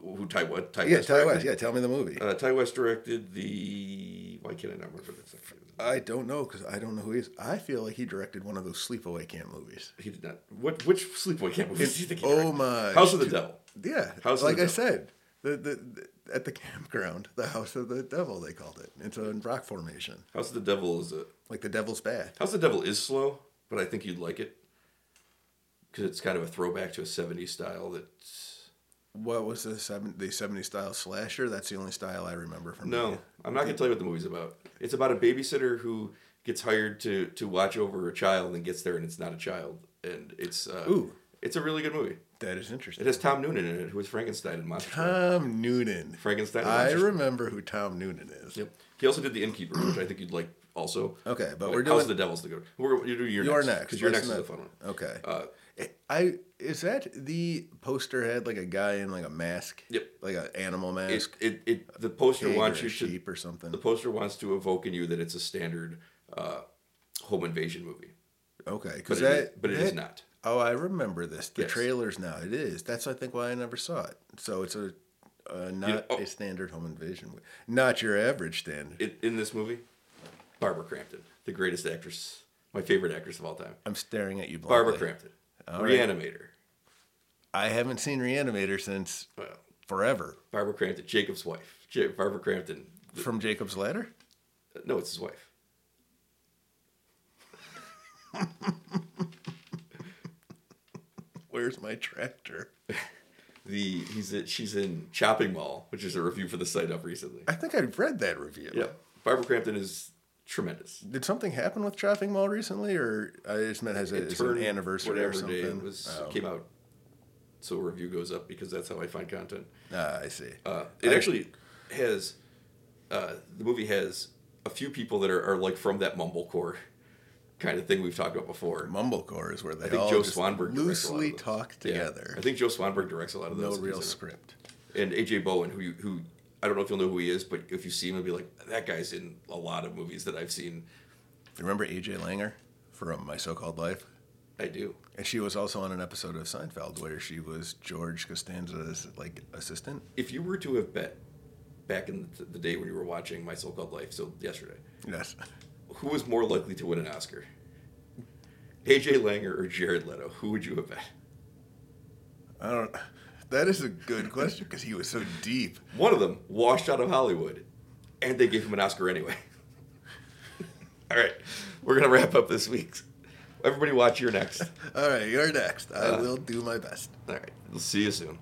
A: who who- Ty what? Ty
B: Yeah,
A: West
B: Ty
A: directed?
B: West. Yeah, tell me the movie.
A: Uh, Ty West directed the. Why can't I not remember this?
B: I don't know because I don't know who he is. I feel like he directed one of those sleepaway camp movies.
A: He did not. What? Which Sleepaway Camp movie did you think he
B: Oh
A: directed?
B: my!
A: House of the Devil.
B: Yeah,
A: House of
B: like
A: the
B: I
A: Devil.
B: said, the, the the at the campground, the House of the Devil they called it. It's in rock formation,
A: House of the Devil is a.
B: like the Devil's Bath.
A: House of the Devil is slow, but I think you'd like it because it's kind of a throwback to a '70s style that's
B: What was the seven the seventy style slasher? That's the only style I remember from.
A: No,
B: the-
A: I'm not going to tell you what the movie's about. It's about a babysitter who gets hired to to watch over a child and gets there and it's not a child. And it's uh,
B: Ooh.
A: it's a really good movie.
B: that is
A: It
B: interesting.
A: has Tom Noonan in it, who is Frankenstein in Monster. Squad.
B: Tom Noonan.
A: Frankenstein. and
B: I
A: Monster Squad.
B: remember who Tom Noonan is.
A: Yep. He also did The Innkeeper, which I think you'd like also.
B: Okay, but we're
A: House of the
B: doing-
A: Devil's the good. We're you're doing your
B: You're
A: next
B: next.
A: because your next
B: Let's
A: is the
B: not-
A: fun one.
B: Okay.
A: Uh,
B: I is that the poster had like a guy in like a mask?
A: Yep.
B: Like an animal
A: It,
B: mask.
A: it, it the poster
B: pig
A: wants
B: or
A: you
B: a
A: to
B: sheep or something.
A: the poster wants to evoke in you that it's a standard uh, home invasion movie,
B: Okay,
A: but
B: because
A: it
B: that
A: is- but it is
B: that-
A: not.
B: Oh, I remember this. The
A: Yes.
B: trailers now. It is. That's I think why I never saw it. So it's a uh, not
A: oh.
B: a standard home invasion, movie. not your average standard.
A: it, in this movie? Barbara Crampton, the greatest actress, my favorite actress of all time.
B: I'm staring at you. Blankly.
A: Barbara Crampton.
B: All right.
A: Reanimator.
B: I haven't seen Reanimator since
A: Well,
B: forever.
A: Barbara Crampton, Jacob's wife. Ja- Barbara Crampton.
B: From Jacob's Ladder?
A: No, it's his wife.
B: Where's my tractor?
A: The he's a, she's in Chopping Mall, which is a review for the site up recently.
B: I think I've read that review.
A: Yeah, Barbara Crampton is tremendous.
B: Did something happen with Chopping Mall recently, or I just meant has a, it's an
A: Turned
B: anniversary or
A: whatever
B: something?
A: day it was
B: oh.
A: came out, so a review goes up because that's how I find content.
B: Ah, I see.
A: Uh, it actually has uh, the movie has a few people that are, are like from that mumblecore kind of thing we've talked about before.
B: Mumblecore is where they
A: I think
B: all
A: Joe
B: just
A: Swanberg directs a lot of
B: loosely
A: those.
B: talk
A: Yeah.
B: together.
A: I think Joe Swanberg directs a lot of
B: no
A: those.
B: real
A: He's in-
B: script.
A: and AJ Bowen, who you, who I don't know if you'll know who he is, but if you see him, you'll be like, that guy's in a lot of movies that I've seen.
B: Remember AJ Langer from My So-Called Life?
A: I do.
B: And she was also on an episode of Seinfeld where she was George Costanza's like assistant.
A: If you were to have bet back in the, the day when you were watching My So-Called Life, so yesterday,
B: Yes.
A: who was more likely to win an Oscar, AJ Langer or Jared Leto? Who would you have bet?
B: I don't. That is a good question because he was so deep.
A: One of them washed out of Hollywood, and they gave him an Oscar anyway. All right, we're gonna wrap up this week's. Everybody, watch your next.
B: All right, you're next. I will do my best.
A: All right, we'll see you soon.